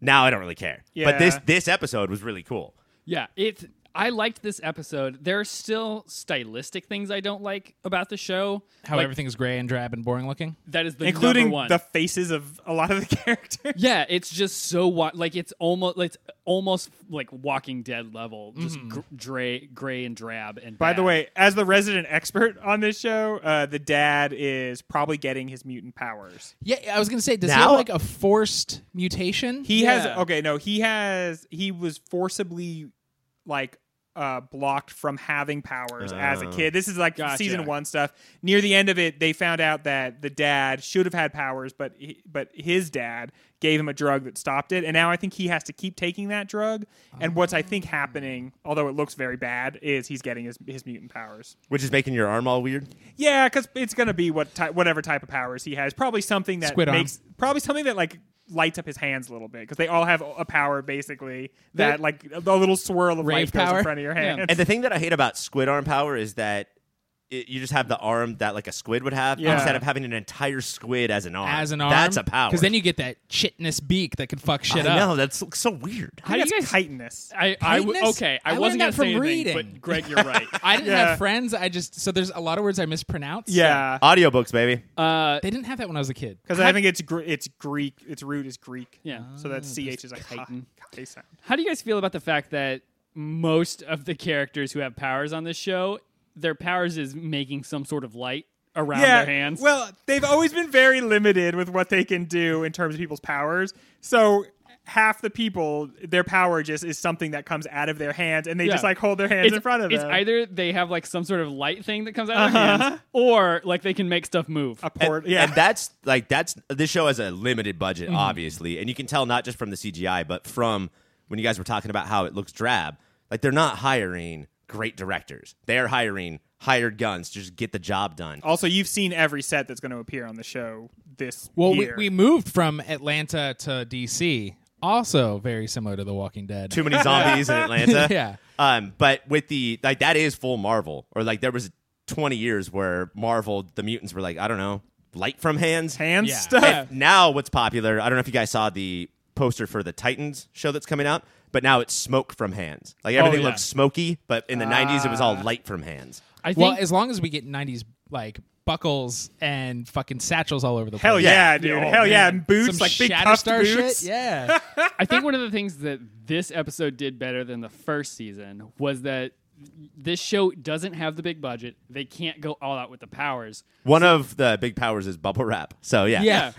[SPEAKER 4] Now I don't really care. But this
[SPEAKER 3] Yeah.
[SPEAKER 4] this episode was really cool.
[SPEAKER 1] Yeah, it's. I liked this episode. There are still stylistic things I don't like about the show.
[SPEAKER 2] How
[SPEAKER 1] Like,
[SPEAKER 2] everything is gray and drab and boring looking.
[SPEAKER 1] that is the
[SPEAKER 3] including
[SPEAKER 1] number one.
[SPEAKER 3] the faces of a lot of the characters.
[SPEAKER 1] Yeah, it's just so wa- like it's almost like it's almost like Walking Dead level, just gr- gray, gray and drab. And
[SPEAKER 3] Mm. By the
[SPEAKER 1] bad.
[SPEAKER 3] way, as the resident expert on this show, uh, the dad is probably getting his mutant powers.
[SPEAKER 2] Yeah, I was gonna say, does he
[SPEAKER 4] Now-
[SPEAKER 2] have like a forced mutation?
[SPEAKER 3] He has
[SPEAKER 1] Yeah.
[SPEAKER 3] okay, no, he has he was forcibly like uh blocked from having powers as a
[SPEAKER 4] Oh.
[SPEAKER 3] kid. This is like
[SPEAKER 1] Gotcha.
[SPEAKER 3] season 1 stuff. Near the end of it, they found out that the dad should have had powers, but he, but his dad gave him a drug that stopped it, and now I think he has to keep taking that drug. And what's I think happening, although it looks very bad, is he's getting his his mutant powers.
[SPEAKER 4] Which is making your arm all weird.
[SPEAKER 3] Yeah, because it's gonna be what ty- whatever type of powers he has. Probably something that
[SPEAKER 2] Squid arm.
[SPEAKER 3] makes probably something that like lights up his hands a little bit because they all have a power basically that
[SPEAKER 1] They-
[SPEAKER 3] like a little swirl of
[SPEAKER 2] Rave
[SPEAKER 3] light goes
[SPEAKER 2] power?
[SPEAKER 3] in front of your
[SPEAKER 1] Yeah.
[SPEAKER 3] hand.
[SPEAKER 4] And the thing that I hate about squid arm power is that it, you just have the arm that like a squid would have
[SPEAKER 3] Yeah.
[SPEAKER 4] instead of having an entire squid as an arm.
[SPEAKER 2] as an arm.
[SPEAKER 4] That's a power.
[SPEAKER 2] Because then you get that chitinous beak that could fuck shit
[SPEAKER 4] I
[SPEAKER 2] up.
[SPEAKER 4] know that's so weird.
[SPEAKER 1] how do you guys? Uh,
[SPEAKER 3] chitinous?
[SPEAKER 1] I, I w-
[SPEAKER 2] Kindness?
[SPEAKER 1] okay.
[SPEAKER 2] I
[SPEAKER 1] I,
[SPEAKER 2] learned
[SPEAKER 1] wasn't
[SPEAKER 2] that
[SPEAKER 1] gonna say
[SPEAKER 2] from
[SPEAKER 1] anything,
[SPEAKER 2] reading.
[SPEAKER 1] but Greg, you're right.
[SPEAKER 2] I didn't
[SPEAKER 3] Yeah.
[SPEAKER 2] have friends. I just so there's a lot of words I mispronounce.
[SPEAKER 3] Yeah,
[SPEAKER 4] Audiobooks, baby.
[SPEAKER 1] Uh,
[SPEAKER 2] They didn't have that when I was a kid.
[SPEAKER 3] because I think it's gr- it's Greek. Its root is Greek.
[SPEAKER 1] Yeah.
[SPEAKER 3] so that ch is like chitin. sound.
[SPEAKER 1] how do you guys feel about the fact that most of the characters who have powers on this show their powers is making some sort of light around
[SPEAKER 3] yeah,
[SPEAKER 1] their hands.
[SPEAKER 3] Well, they've always been very limited with what they can do in terms of people's powers. So half the people, their power just is something that comes out of their hands, and they
[SPEAKER 1] Yeah.
[SPEAKER 3] just like hold their hands
[SPEAKER 1] it's,
[SPEAKER 3] in front of
[SPEAKER 1] it's
[SPEAKER 3] them.
[SPEAKER 1] either they have like some sort of light thing that comes out of their hands, or like they can make stuff move.
[SPEAKER 3] a port. yeah,
[SPEAKER 4] And that's like that's this show has a limited budget, obviously, and you can tell not just from the CGI, but from when you guys were talking about how it looks drab. Like they're not hiring great directors; they are hiring hired guns to just get the job done.
[SPEAKER 3] also, you've seen every set that's going to appear on the show this
[SPEAKER 2] Well, we,
[SPEAKER 3] year.
[SPEAKER 2] we moved from Atlanta to DC, also very similar to The Walking Dead.
[SPEAKER 4] Too many zombies in Atlanta.
[SPEAKER 2] Yeah.
[SPEAKER 4] Um, but with the like that is full Marvel, or like there was twenty years where Marvel the mutants were like I don't know light from hands.
[SPEAKER 3] hand
[SPEAKER 2] Yeah.
[SPEAKER 3] stuff.
[SPEAKER 4] And now what's popular, I don't know if you guys saw the poster for the Titans show that's coming out, but now it's smoke from hands. Like everything
[SPEAKER 1] yeah.
[SPEAKER 4] looks smoky, but in the 90s it was all light from hands.
[SPEAKER 1] I think
[SPEAKER 2] well, as long as we get '90s like buckles and fucking satchels all over the
[SPEAKER 3] Hell
[SPEAKER 2] place.
[SPEAKER 3] yeah,
[SPEAKER 4] Yeah.
[SPEAKER 3] dude!
[SPEAKER 1] Yeah.
[SPEAKER 3] Hell yeah,
[SPEAKER 1] Some
[SPEAKER 3] and boots
[SPEAKER 2] Some
[SPEAKER 3] like big cuffed
[SPEAKER 2] Shatterstar
[SPEAKER 3] boots.
[SPEAKER 2] shit. Yeah.
[SPEAKER 1] I think one of the things that this episode did better than the first season was that this show doesn't have the big budget. They can't go all out with the powers.
[SPEAKER 4] One of the big powers is bubble wrap. So yeah.
[SPEAKER 2] Yeah.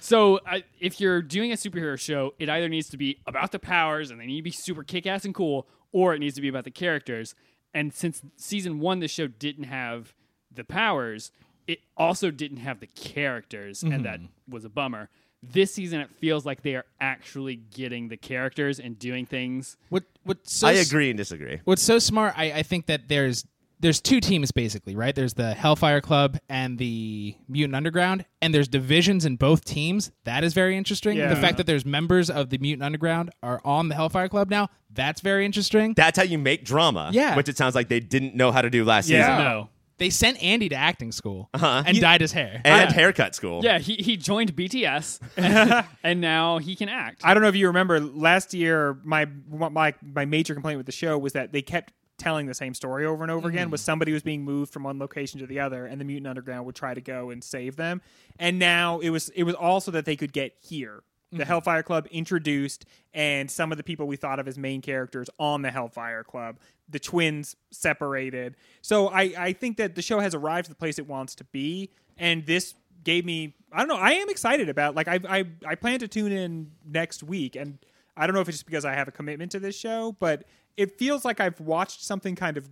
[SPEAKER 1] so I, if you're doing a superhero show, it either needs to be about the powers and they need to be super kick ass and cool, or it needs to be about the characters. And since season one, the show didn't have the powers, it also didn't have the characters, and that was a bummer. This season, it feels like they are actually getting the characters and doing things.
[SPEAKER 2] What? What's so
[SPEAKER 4] I
[SPEAKER 2] s-
[SPEAKER 4] agree and disagree.
[SPEAKER 2] What's so smart? I, I think that there's there's two teams basically, right? There's the Hellfire Club and the Mutant Underground, and there's divisions in both teams. That is very interesting.
[SPEAKER 3] Yeah.
[SPEAKER 2] The fact that there's members of the Mutant Underground are on the Hellfire Club now. That's very interesting.
[SPEAKER 4] That's how you make drama.
[SPEAKER 2] Yeah.
[SPEAKER 4] Which it sounds like they didn't know how to do last
[SPEAKER 3] Yeah.
[SPEAKER 4] season.
[SPEAKER 1] No.
[SPEAKER 2] they sent Andy to acting school and dyed his hair.
[SPEAKER 4] Uh-huh. And haircut school.
[SPEAKER 1] Yeah, he, he joined BTS and now he can act.
[SPEAKER 3] I don't know if you remember last year. My my my major complaint with the show was that they kept telling the same story over and over again. Was somebody was being moved from one location to the other, and the mutant underground would try to go and save them. And now it was it was also that they could get here. The Hellfire Club introduced, and some of the people we thought of as main characters on the Hellfire Club, the twins separated. So I, I think that the show has arrived at the place it wants to be, and this gave me I don't know I am excited about like I I I plan to tune in next week and I don't know if it's just because I have a commitment to this show but it feels like I've watched something kind of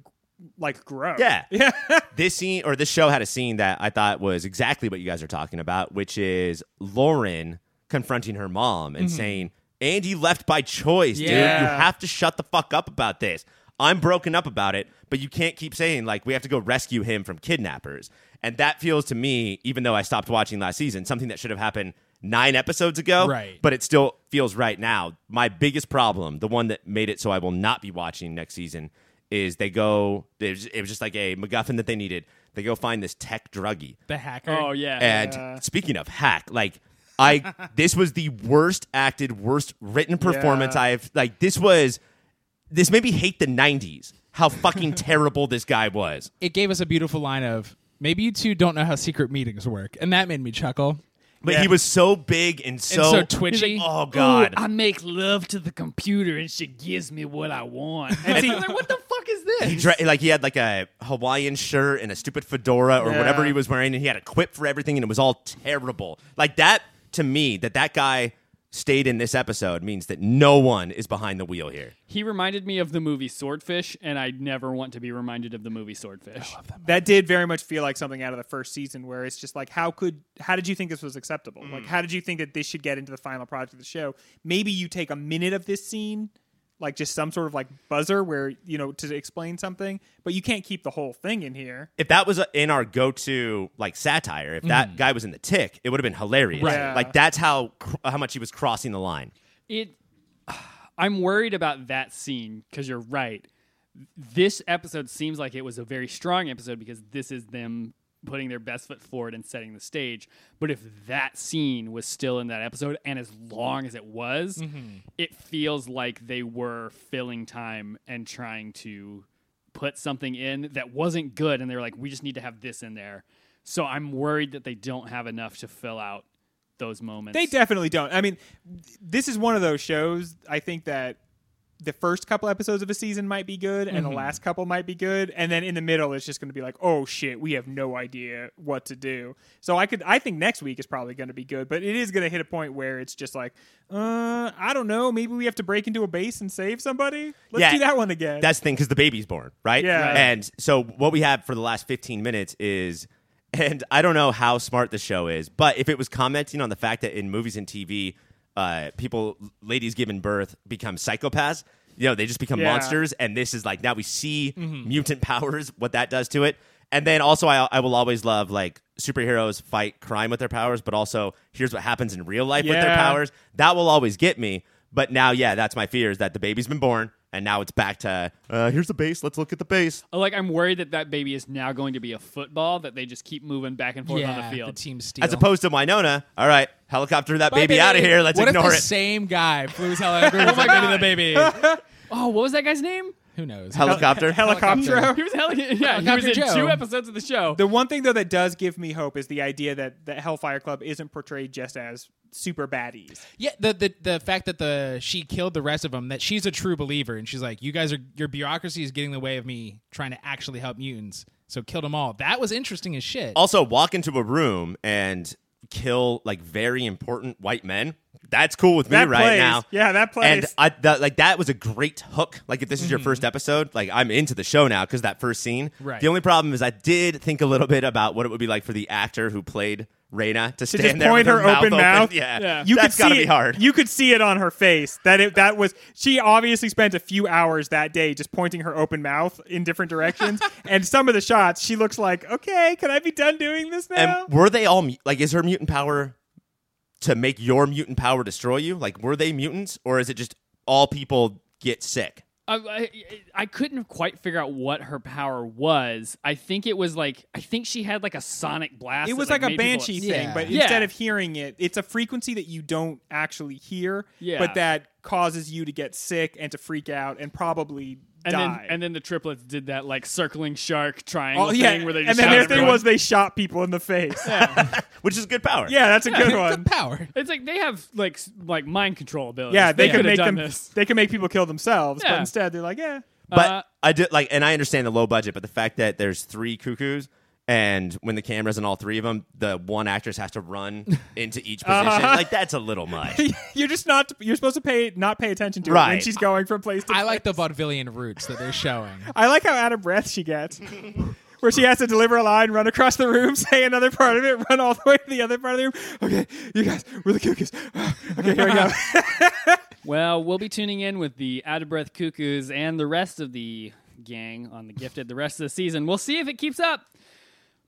[SPEAKER 3] like grow.
[SPEAKER 4] Yeah. this scene or this show had a scene that I thought was exactly what you guys are talking about, which is Lauren confronting her mom and saying, Andy left by choice, dude. You
[SPEAKER 3] Yeah.
[SPEAKER 4] have to shut the fuck up about this. I'm broken up about it, but you can't keep saying, like, we have to go rescue him from kidnappers. And that feels to me, even though I stopped watching last season, something that should have happened nine episodes ago,
[SPEAKER 2] Right.
[SPEAKER 4] but it still feels right now. My biggest problem, the one that made it so I will not be watching next season, is they go. It was, it was just like a MacGuffin that they needed. They go find this tech druggie.
[SPEAKER 2] the hacker.
[SPEAKER 1] oh, yeah.
[SPEAKER 4] And speaking of hack, like I, this was the worst acted, worst written performance
[SPEAKER 3] Yeah.
[SPEAKER 4] I've like. This was. This made me hate the '90s. How fucking terrible this guy was.
[SPEAKER 2] It gave us a beautiful line of maybe you two don't know how secret meetings work, and that made me chuckle.
[SPEAKER 4] But
[SPEAKER 3] Yeah.
[SPEAKER 4] he was so big and so,
[SPEAKER 2] and so
[SPEAKER 1] He's
[SPEAKER 2] twitchy.
[SPEAKER 1] like,
[SPEAKER 4] Oh, God.
[SPEAKER 1] "Ooh, I make love to the computer and she gives me what I want.
[SPEAKER 3] And see-
[SPEAKER 1] I was like, what the fuck is this?
[SPEAKER 4] He dre- like he had like a Hawaiian shirt and a stupid fedora or
[SPEAKER 3] Yeah.
[SPEAKER 4] whatever he was wearing, and he had a quip for everything, and it was all terrible. Like that to me, that that guy stayed in this episode means that no one is behind the wheel here.
[SPEAKER 1] He reminded me of the movie Swordfish, and I never want to be reminded of the movie Swordfish.
[SPEAKER 4] Oh,
[SPEAKER 3] That did very much feel like something out of the first season where it's just like how could how did you think this was acceptable? Like how did you think that this should get into the final product of the show? Maybe you take a minute of this scene like just some sort of like buzzer where you know to explain something, but you can't keep the whole thing in here.
[SPEAKER 4] If that was uh, in our go-to like satire, if that guy was in the tick, it would have been hilarious.
[SPEAKER 3] Mm. Right. Yeah.
[SPEAKER 4] Like that's how cr- how much he was crossing the line.
[SPEAKER 1] It. I'm worried about that scene because you're right. This episode seems like it was a very strong episode because this is them putting their best foot forward and setting the stage. But if that scene was still in that episode and as long as it was, it feels like they were filling time and trying to put something in that wasn't good and they were like we just need to have this in there. So I'm worried that they don't have enough to fill out those moments.
[SPEAKER 3] They definitely don't. I mean, this is one of those shows I think that the first couple episodes of a season might be good and
[SPEAKER 4] Mm-hmm.
[SPEAKER 3] the last couple might be good and then in the middle it's just going to be like oh shit we have no idea what to do so i could i think next week is probably going to be good but it is going to hit a point where it's just like uh i don't know maybe we have to break into a base and save somebody let's
[SPEAKER 4] Yeah.
[SPEAKER 3] do that one again
[SPEAKER 4] That's the thing because the baby's born, right?
[SPEAKER 3] Yeah. Right.
[SPEAKER 4] And so what we have for the last 15 minutes is, and I don't know how smart the show is, but if it was commenting on the fact that in movies and TV, uh, people, ladies giving birth become psychopaths, you know, they just become
[SPEAKER 3] Yeah. Mm-hmm.
[SPEAKER 4] monsters. And this is like, now we see mutant powers, what that does to it. And then also, I, I will always love like superheroes fight crime with their powers, but also here's what happens in real life with their
[SPEAKER 3] Yeah.
[SPEAKER 4] powers. That will always get me. But now, yeah, that's my fear is that the baby's been born and now it's back to uh, here's the base. Let's look at the base.
[SPEAKER 1] Like I'm worried that that baby is now going to be a football that they just keep moving back and forth on
[SPEAKER 2] yeah,
[SPEAKER 1] the field.
[SPEAKER 2] team steal.
[SPEAKER 4] As opposed to Winona, all right, helicopter that
[SPEAKER 2] Bye,
[SPEAKER 4] baby out of here. Let's
[SPEAKER 2] what
[SPEAKER 4] ignore
[SPEAKER 2] if the
[SPEAKER 4] it.
[SPEAKER 2] Same guy flew helicopter oh my the baby.
[SPEAKER 1] oh, what was that guy's name?
[SPEAKER 2] Who knows?
[SPEAKER 4] helicopter.
[SPEAKER 3] helicopter
[SPEAKER 1] He was heli- yeah, he was
[SPEAKER 2] Helicopter
[SPEAKER 1] in
[SPEAKER 2] Joe.
[SPEAKER 1] two episodes of the show.
[SPEAKER 3] Uh, The one thing though that does give me hope is the idea that the Hellfire Club isn't portrayed just as super baddies.
[SPEAKER 2] Yeah, the, the the fact that the she killed the rest of them, that she's a true believer, and she's like, "You guys are your bureaucracy is getting in the way of me trying to actually help mutants." So killed them all. That was interesting as shit.
[SPEAKER 4] also, walk into a room and kill like very important white men. That's cool with me
[SPEAKER 3] That
[SPEAKER 4] right
[SPEAKER 3] plays.
[SPEAKER 4] now.
[SPEAKER 3] Yeah, that plays.
[SPEAKER 4] And I, that, like that was a great hook. Like if this is your
[SPEAKER 3] Mm-hmm.
[SPEAKER 4] first episode, like I'm into the show now because that first scene.
[SPEAKER 2] Right.
[SPEAKER 4] The only problem is I did think a little bit about what it would be like for the actor who played Reyna
[SPEAKER 3] To
[SPEAKER 4] to stand
[SPEAKER 3] just
[SPEAKER 4] there
[SPEAKER 3] point
[SPEAKER 4] with
[SPEAKER 3] her open mouth,
[SPEAKER 4] Yeah,
[SPEAKER 3] you
[SPEAKER 4] that's
[SPEAKER 3] could
[SPEAKER 4] gotta
[SPEAKER 3] see
[SPEAKER 4] be
[SPEAKER 3] it-
[SPEAKER 4] hard.
[SPEAKER 3] You could see it on her face that it that was she obviously spent a few hours that day just pointing her open mouth in different directions. and some of the shots, she looks like, okay, can I be done doing this now?
[SPEAKER 4] And were they all mu- like? Is her mutant power to make your mutant power destroy you? Like, were they mutants, or is it just all people get sick?
[SPEAKER 1] I, I, I couldn't quite figure out what her power was. I think it was like I think she had like a sonic blast.
[SPEAKER 3] it was
[SPEAKER 1] that,
[SPEAKER 3] like, a
[SPEAKER 1] made people-
[SPEAKER 3] banshee
[SPEAKER 2] Yeah.
[SPEAKER 3] thing, but
[SPEAKER 1] Yeah.
[SPEAKER 3] instead of hearing it, it's a frequency that you don't actually hear,
[SPEAKER 1] Yeah.
[SPEAKER 3] but that causes you to get sick and to freak out and probably
[SPEAKER 1] And
[SPEAKER 3] die. Oh,
[SPEAKER 1] then, and then the triplets did that like circling shark triangle thing where they just
[SPEAKER 3] and then their
[SPEAKER 1] shot
[SPEAKER 3] thing
[SPEAKER 1] everyone.
[SPEAKER 3] was they shot people in the face. Yeah,
[SPEAKER 4] Which is good power.
[SPEAKER 3] that's a good
[SPEAKER 2] It's a
[SPEAKER 3] one.
[SPEAKER 2] power.
[SPEAKER 1] It's like they have like s- like mind control abilities.
[SPEAKER 3] Yeah, they, can
[SPEAKER 1] could
[SPEAKER 3] make
[SPEAKER 1] done
[SPEAKER 3] them.
[SPEAKER 1] This.
[SPEAKER 3] They can make people kill themselves,
[SPEAKER 1] Yeah.
[SPEAKER 3] but instead they're like, yeah.
[SPEAKER 4] But
[SPEAKER 1] Uh,
[SPEAKER 4] I did like, and I understand the low budget, but the fact that there's three cuckoos, and when the camera's in all three of them, the one actress has to run into each position.
[SPEAKER 1] Uh-huh.
[SPEAKER 4] Like that's a little much.
[SPEAKER 3] You're just not. You're supposed to pay not pay attention to her when
[SPEAKER 4] Right.
[SPEAKER 3] she's going from place to.
[SPEAKER 2] I
[SPEAKER 3] place.
[SPEAKER 2] like the vaudevillian roots that they're showing.
[SPEAKER 3] I like how out of breath she gets, where she has to deliver a line, run across the room, say another part of it, run all the way to the other part of the room. Okay, you guys, we're the cuckoos. okay, here we go.
[SPEAKER 1] Well, we'll be tuning in with the out of breath cuckoos and the rest of the gang on the gifted the rest of the season. We'll see if it keeps up.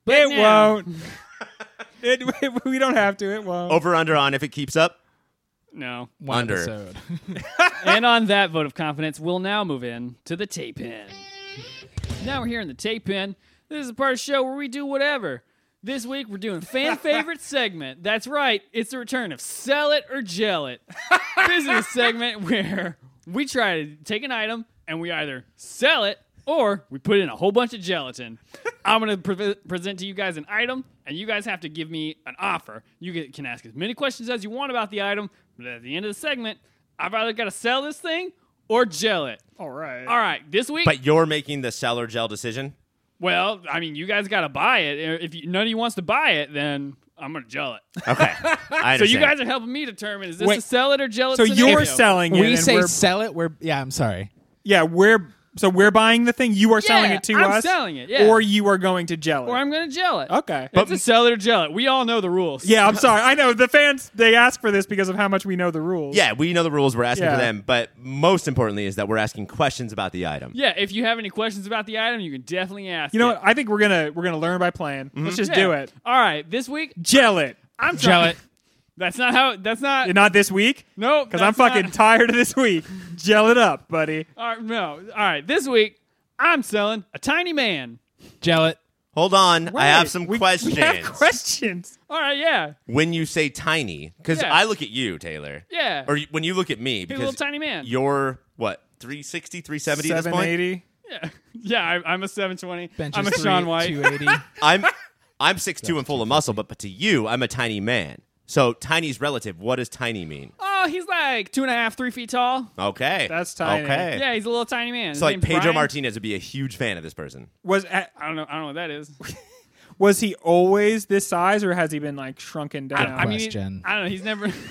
[SPEAKER 1] But
[SPEAKER 3] it
[SPEAKER 1] now-
[SPEAKER 3] won't. It, we don't have to. It won't.
[SPEAKER 4] Over under on if it keeps up.
[SPEAKER 1] No.
[SPEAKER 2] One
[SPEAKER 4] Under.
[SPEAKER 2] episode.
[SPEAKER 1] and on that vote of confidence, we'll now move in to the tape in. Now we're here in the tape in. This is a part of the show where we do whatever. This week we're doing fan favorite segment. That's right, it's the return of sell it or gel it. this is a segment where we try to take an item and we either sell it or we put in a whole bunch of gelatin. I'm going to pre- present to you guys an item, and you guys have to give me an offer. You get- can ask as many questions as you want about the item, but at the end of the segment, I've either got to sell this thing or gel it.
[SPEAKER 3] All right.
[SPEAKER 1] Oh. All right, this week.
[SPEAKER 4] But you're making the seller gel decision.
[SPEAKER 1] well, I mean, you guys got to buy it. Uh, If you, none of you wants to buy it, then I'm going to gel it.
[SPEAKER 4] Okay, I understand.
[SPEAKER 1] So you guys are helping me determine is this
[SPEAKER 3] Wait.
[SPEAKER 1] a sell it or gel it?
[SPEAKER 3] So you're
[SPEAKER 1] scenario?
[SPEAKER 3] selling it.
[SPEAKER 2] we
[SPEAKER 3] and
[SPEAKER 2] say
[SPEAKER 3] we're,
[SPEAKER 2] sell it. We're yeah. I'm sorry.
[SPEAKER 3] yeah, we're so we're buying the thing. You are selling
[SPEAKER 1] Yeah,
[SPEAKER 3] it to
[SPEAKER 1] I'm
[SPEAKER 3] us.
[SPEAKER 1] selling it, yeah.
[SPEAKER 3] Or you are going to gel it.
[SPEAKER 1] Or I'm going to gel it.
[SPEAKER 3] okay.
[SPEAKER 1] It's a sell it or gel it. We all know the rules.
[SPEAKER 3] yeah, I'm sorry. I know the fans. They ask for this because of how much we know the rules.
[SPEAKER 4] Yeah, we know the rules. We're asking
[SPEAKER 3] Yeah.
[SPEAKER 4] for them, but most importantly is that we're asking questions about the item.
[SPEAKER 1] Yeah, if you have any questions about the item, you can definitely ask.
[SPEAKER 3] You know
[SPEAKER 1] it.
[SPEAKER 3] what? I think we're gonna we're gonna learn by playing.
[SPEAKER 4] Mm-hmm.
[SPEAKER 3] Let's just
[SPEAKER 1] Yeah.
[SPEAKER 3] do it.
[SPEAKER 1] All right, this week
[SPEAKER 3] Gel it.
[SPEAKER 1] I'm
[SPEAKER 2] Gel
[SPEAKER 1] trying.
[SPEAKER 2] it.
[SPEAKER 1] That's not how. That's not.
[SPEAKER 3] Not this week.
[SPEAKER 1] no,
[SPEAKER 3] Because I'm
[SPEAKER 1] that's not-
[SPEAKER 3] fucking tired of this week. Gel it up, buddy.
[SPEAKER 1] all right, no. All right, this week I'm selling a tiny man.
[SPEAKER 2] Gel it.
[SPEAKER 4] Hold on, I have some
[SPEAKER 3] We- we
[SPEAKER 4] questions.
[SPEAKER 3] have questions.
[SPEAKER 1] All right, yeah,
[SPEAKER 4] when you say tiny, because
[SPEAKER 1] Yeah.
[SPEAKER 4] I look at you, Taylor.
[SPEAKER 1] yeah.
[SPEAKER 4] Or you- when you look at me,
[SPEAKER 1] He's
[SPEAKER 4] because
[SPEAKER 1] a little tiny man.
[SPEAKER 4] you're what 360, 370 at this point.
[SPEAKER 3] 780.
[SPEAKER 1] Yeah, yeah. I, I'm a 720.
[SPEAKER 2] Benches
[SPEAKER 1] I'm a
[SPEAKER 2] three,
[SPEAKER 1] Sean White.
[SPEAKER 2] 280.
[SPEAKER 4] I'm I'm six two and full of muscle, but, but to you, I'm a tiny man. So tiny's relative. What does tiny mean?
[SPEAKER 1] Oh, Oh, he's like two and a half, three feet tall.
[SPEAKER 4] Okay.
[SPEAKER 3] That's tiny.
[SPEAKER 4] Okay.
[SPEAKER 1] Yeah, he's a little tiny man. His
[SPEAKER 4] So like
[SPEAKER 1] name's
[SPEAKER 4] Pedro
[SPEAKER 1] Brian.
[SPEAKER 4] Martinez would be a huge fan of this person.
[SPEAKER 3] Was uh,
[SPEAKER 1] I don't know. I don't know what that is.
[SPEAKER 3] was he always this size, or has he been like shrunken down?
[SPEAKER 1] I mean,
[SPEAKER 2] Question.
[SPEAKER 1] I don't know. He's never. he's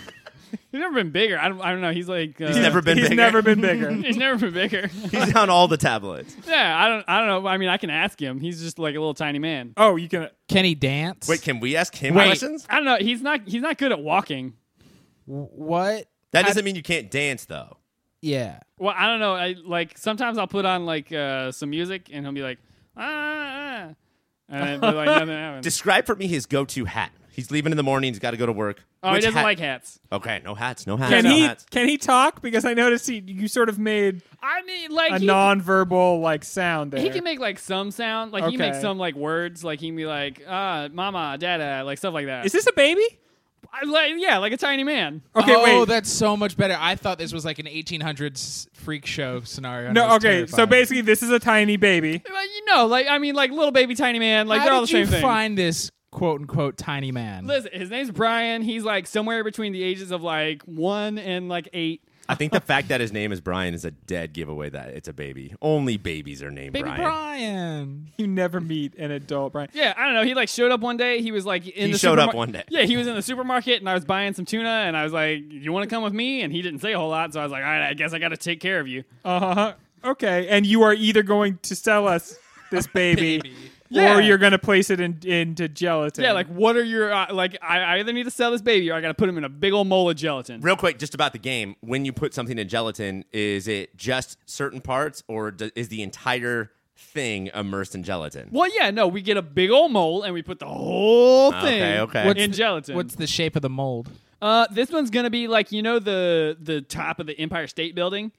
[SPEAKER 1] never been bigger. I don't. I don't know. He's like. Uh,
[SPEAKER 4] He's never been
[SPEAKER 3] he's
[SPEAKER 4] bigger.
[SPEAKER 3] never been bigger.
[SPEAKER 1] He's never been bigger.
[SPEAKER 4] He's on all the tabloids.
[SPEAKER 1] yeah, I don't. I don't know. I mean, I can ask him. He's just like a little tiny man.
[SPEAKER 3] Oh, you can.
[SPEAKER 2] Can he dance?
[SPEAKER 4] Wait, can we ask him
[SPEAKER 2] Wait.
[SPEAKER 4] questions?
[SPEAKER 1] I don't know. He's not. He's not good at walking.
[SPEAKER 2] what?
[SPEAKER 4] That
[SPEAKER 2] How-
[SPEAKER 4] doesn't mean you can't dance though.
[SPEAKER 2] Yeah.
[SPEAKER 1] Well, I don't know. I like sometimes I'll put on like uh, some music and he'll be like, ah, ah, ah," and then, like nothing happens.
[SPEAKER 4] Describe for me his go-to hat. He's leaving in the morning. He's got to go to work.
[SPEAKER 1] oh, he
[SPEAKER 4] Which
[SPEAKER 1] doesn't
[SPEAKER 4] hat-
[SPEAKER 1] like hats.
[SPEAKER 4] Okay, no hats, no hats.
[SPEAKER 3] Can
[SPEAKER 4] no
[SPEAKER 3] he?
[SPEAKER 4] hats.
[SPEAKER 3] Can he talk? Because I noticed he you sort of made
[SPEAKER 1] I mean, like
[SPEAKER 3] a
[SPEAKER 1] he,
[SPEAKER 3] non-verbal like sound there.
[SPEAKER 1] he can make like some sound. Like he makes
[SPEAKER 3] Okay.
[SPEAKER 1] some like words. Like he can be like, ah, mama, dada, like stuff like that.
[SPEAKER 3] Is this a baby?
[SPEAKER 1] I, like, yeah, like a tiny man.
[SPEAKER 3] Okay,
[SPEAKER 2] oh,
[SPEAKER 3] wait.
[SPEAKER 2] that's so much better. I thought this was like an 1800s freak show scenario. and I
[SPEAKER 3] no,
[SPEAKER 2] was
[SPEAKER 3] okay. So
[SPEAKER 2] terrified.
[SPEAKER 3] basically, this is a tiny baby.
[SPEAKER 1] Well, you know, like I mean, like little baby tiny man. Like
[SPEAKER 2] How
[SPEAKER 1] they're all the
[SPEAKER 2] did
[SPEAKER 1] same
[SPEAKER 2] you
[SPEAKER 1] thing.
[SPEAKER 2] find this quote unquote tiny man?
[SPEAKER 1] Listen, his name's Brian. He's like somewhere between the ages of like one and like eight.
[SPEAKER 4] I think the fact that his name is Brian is a dead giveaway that it's a baby. Only babies are named
[SPEAKER 2] Baby
[SPEAKER 4] Brian.
[SPEAKER 2] Brian.
[SPEAKER 3] You never meet an adult, Brian.
[SPEAKER 1] Yeah, I don't know. He like showed up one day. He was like in
[SPEAKER 4] He
[SPEAKER 1] the
[SPEAKER 4] showed up
[SPEAKER 1] supermar-
[SPEAKER 4] one day.
[SPEAKER 1] Yeah, he was in the supermarket and I was buying some tuna and I was like, "You want to come with me?" And he didn't say a whole lot, so I was like, "All right, I guess I got to take care of you."
[SPEAKER 3] Uh huh. Okay, and you are either going to sell us this baby,
[SPEAKER 1] Yeah.
[SPEAKER 3] or you're going to place it in, into gelatin.
[SPEAKER 1] Yeah, like what are your uh, like? I, I either need to sell this baby or I got to put him in a big old mole of gelatin.
[SPEAKER 4] Real quick, just about the game. When you put something in gelatin, is it just certain parts, or do, is the entire thing immersed in gelatin?
[SPEAKER 1] well, yeah, no, we get a big old mole and we put the whole
[SPEAKER 4] Okay,
[SPEAKER 1] thing
[SPEAKER 4] okay. What's
[SPEAKER 1] in
[SPEAKER 2] the-
[SPEAKER 1] gelatin.
[SPEAKER 2] What's the shape of the mold?
[SPEAKER 1] Uh, this one's gonna be like you know the the top of the Empire State Building.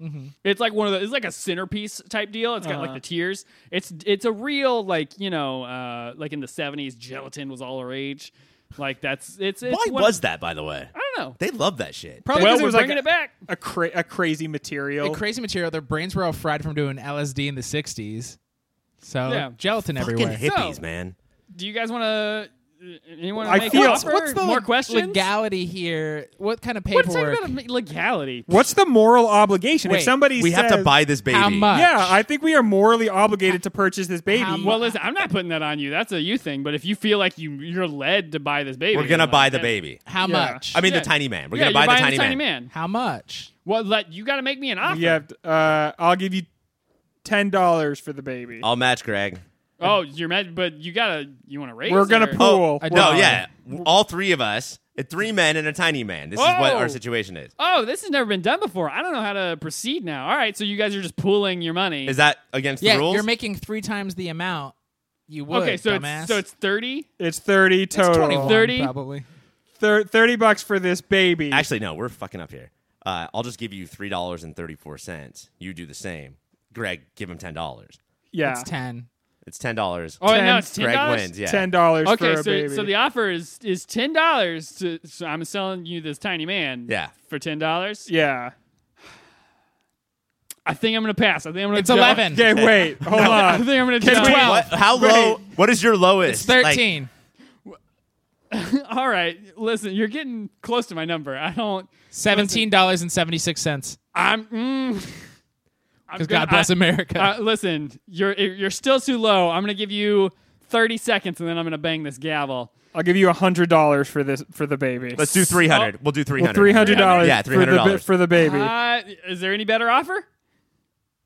[SPEAKER 1] It's like one of the it's like a centerpiece type deal. It's got like the tiers. It's it's a real like you know uh like in the seventies gelatin was all our age. Like that's it's, it's
[SPEAKER 4] Why
[SPEAKER 1] one-
[SPEAKER 4] was that, by the way?
[SPEAKER 1] I don't know.
[SPEAKER 4] They love that shit.
[SPEAKER 3] probably
[SPEAKER 1] well,
[SPEAKER 3] because
[SPEAKER 1] we're
[SPEAKER 3] it was like
[SPEAKER 1] bringing
[SPEAKER 3] a,
[SPEAKER 1] it back.
[SPEAKER 3] a, cra- a crazy material.
[SPEAKER 2] The crazy material. Their brains were all fried from doing LSD in the 60s. So
[SPEAKER 1] Yeah.
[SPEAKER 2] gelatin
[SPEAKER 4] Fucking
[SPEAKER 2] everywhere.
[SPEAKER 4] hippies,
[SPEAKER 1] So-
[SPEAKER 4] man.
[SPEAKER 1] Do you guys want to anyone
[SPEAKER 3] I
[SPEAKER 1] make
[SPEAKER 3] feel-
[SPEAKER 1] an
[SPEAKER 3] what's-
[SPEAKER 1] offer? more questions?
[SPEAKER 2] legality here? What kind of
[SPEAKER 1] What's talking
[SPEAKER 2] paperwork?
[SPEAKER 1] about ma- legality?
[SPEAKER 3] What's the moral obligation?
[SPEAKER 2] Wait,
[SPEAKER 3] if somebody
[SPEAKER 4] We have to
[SPEAKER 3] says-
[SPEAKER 4] buy this baby.
[SPEAKER 2] How much?
[SPEAKER 3] Yeah, I think we are morally obligated to purchase this baby.
[SPEAKER 2] How mu-
[SPEAKER 1] Well, listen, I'm not putting that on you. That's a you thing. But if you feel like you you're led to buy this baby,
[SPEAKER 4] We're gonna
[SPEAKER 1] like,
[SPEAKER 4] buy the
[SPEAKER 1] yeah.
[SPEAKER 4] baby.
[SPEAKER 2] How
[SPEAKER 1] Yeah.
[SPEAKER 2] much?
[SPEAKER 4] I mean,
[SPEAKER 1] Yeah.
[SPEAKER 4] the tiny man. We're
[SPEAKER 1] yeah,
[SPEAKER 4] gonna buy
[SPEAKER 1] you're
[SPEAKER 4] the
[SPEAKER 1] buying
[SPEAKER 4] tiny, man.
[SPEAKER 1] man.
[SPEAKER 2] How much?
[SPEAKER 1] Well, let you got to make me an offer.
[SPEAKER 3] you have to- uh, I'll give you ten dollars for the baby.
[SPEAKER 4] I'll match Greg.
[SPEAKER 1] Oh, you're mad, but you gotta. You want to raise?
[SPEAKER 3] We're gonna
[SPEAKER 1] or-
[SPEAKER 3] pull- Cool.
[SPEAKER 2] I
[SPEAKER 4] no,
[SPEAKER 2] don't.
[SPEAKER 4] yeah, all three of us, uh, three men and a tiny man. This is what
[SPEAKER 1] Whoa.
[SPEAKER 4] our situation is.
[SPEAKER 1] Oh, this has never been done before. I don't know how to proceed now. All right, so you guys are just pooling your money.
[SPEAKER 4] Is that against
[SPEAKER 2] Yeah,
[SPEAKER 4] the rules?
[SPEAKER 2] you're making three times the amount you would.
[SPEAKER 1] okay? So
[SPEAKER 2] dumbass.
[SPEAKER 1] it's so it's thirty.
[SPEAKER 3] It's thirty
[SPEAKER 2] It's
[SPEAKER 3] total.
[SPEAKER 2] 21,
[SPEAKER 1] 30?
[SPEAKER 2] probably.
[SPEAKER 3] Thir- thirty bucks for this baby.
[SPEAKER 4] Actually, no, we're fucking up here. Uh, I'll just give you three dollars and thirty-four cents. You do the same. Greg, give him ten dollars.
[SPEAKER 3] yeah,
[SPEAKER 2] It's ten.
[SPEAKER 4] It's ten dollars.
[SPEAKER 1] Oh, wait,
[SPEAKER 3] Ten.
[SPEAKER 1] no, it's ten
[SPEAKER 4] Greg
[SPEAKER 1] dollars.
[SPEAKER 4] wins. Yeah.
[SPEAKER 3] ten dollars
[SPEAKER 1] Okay,
[SPEAKER 3] for a
[SPEAKER 1] so
[SPEAKER 3] baby.
[SPEAKER 1] so the offer is is ten dollars to. So I'm selling you this tiny man.
[SPEAKER 4] Yeah.
[SPEAKER 1] For ten dollars,
[SPEAKER 3] yeah.
[SPEAKER 1] I think I'm gonna pass. I think I'm gonna.
[SPEAKER 2] It's
[SPEAKER 1] jump.
[SPEAKER 2] eleven.
[SPEAKER 3] Okay, wait, hold
[SPEAKER 1] I
[SPEAKER 3] on.
[SPEAKER 1] think I'm gonna.
[SPEAKER 3] Can
[SPEAKER 1] jump.
[SPEAKER 3] we-
[SPEAKER 4] What? How low? What is your lowest?
[SPEAKER 2] It's
[SPEAKER 4] Like,
[SPEAKER 2] thirteen.
[SPEAKER 1] All right, listen, you're getting close to my number. I don't.
[SPEAKER 2] Seventeen dollars and seventy six cents.
[SPEAKER 1] I'm. Mm, I'm
[SPEAKER 2] Because
[SPEAKER 1] gonna-
[SPEAKER 2] God bless
[SPEAKER 1] I-
[SPEAKER 2] America.
[SPEAKER 1] Uh, listen, you're you're still too low. I'm gonna give you 30 seconds, and then I'm gonna bang this gavel.
[SPEAKER 3] I'll give you hundred dollars for this for the baby.
[SPEAKER 4] let's do three hundred. We'll do three hundred.
[SPEAKER 3] three hundred dollars.
[SPEAKER 4] Yeah, three hundred
[SPEAKER 3] for, the ba-
[SPEAKER 4] dollars.
[SPEAKER 3] for the baby.
[SPEAKER 1] Uh, is there any better offer?
[SPEAKER 4] Uh-huh.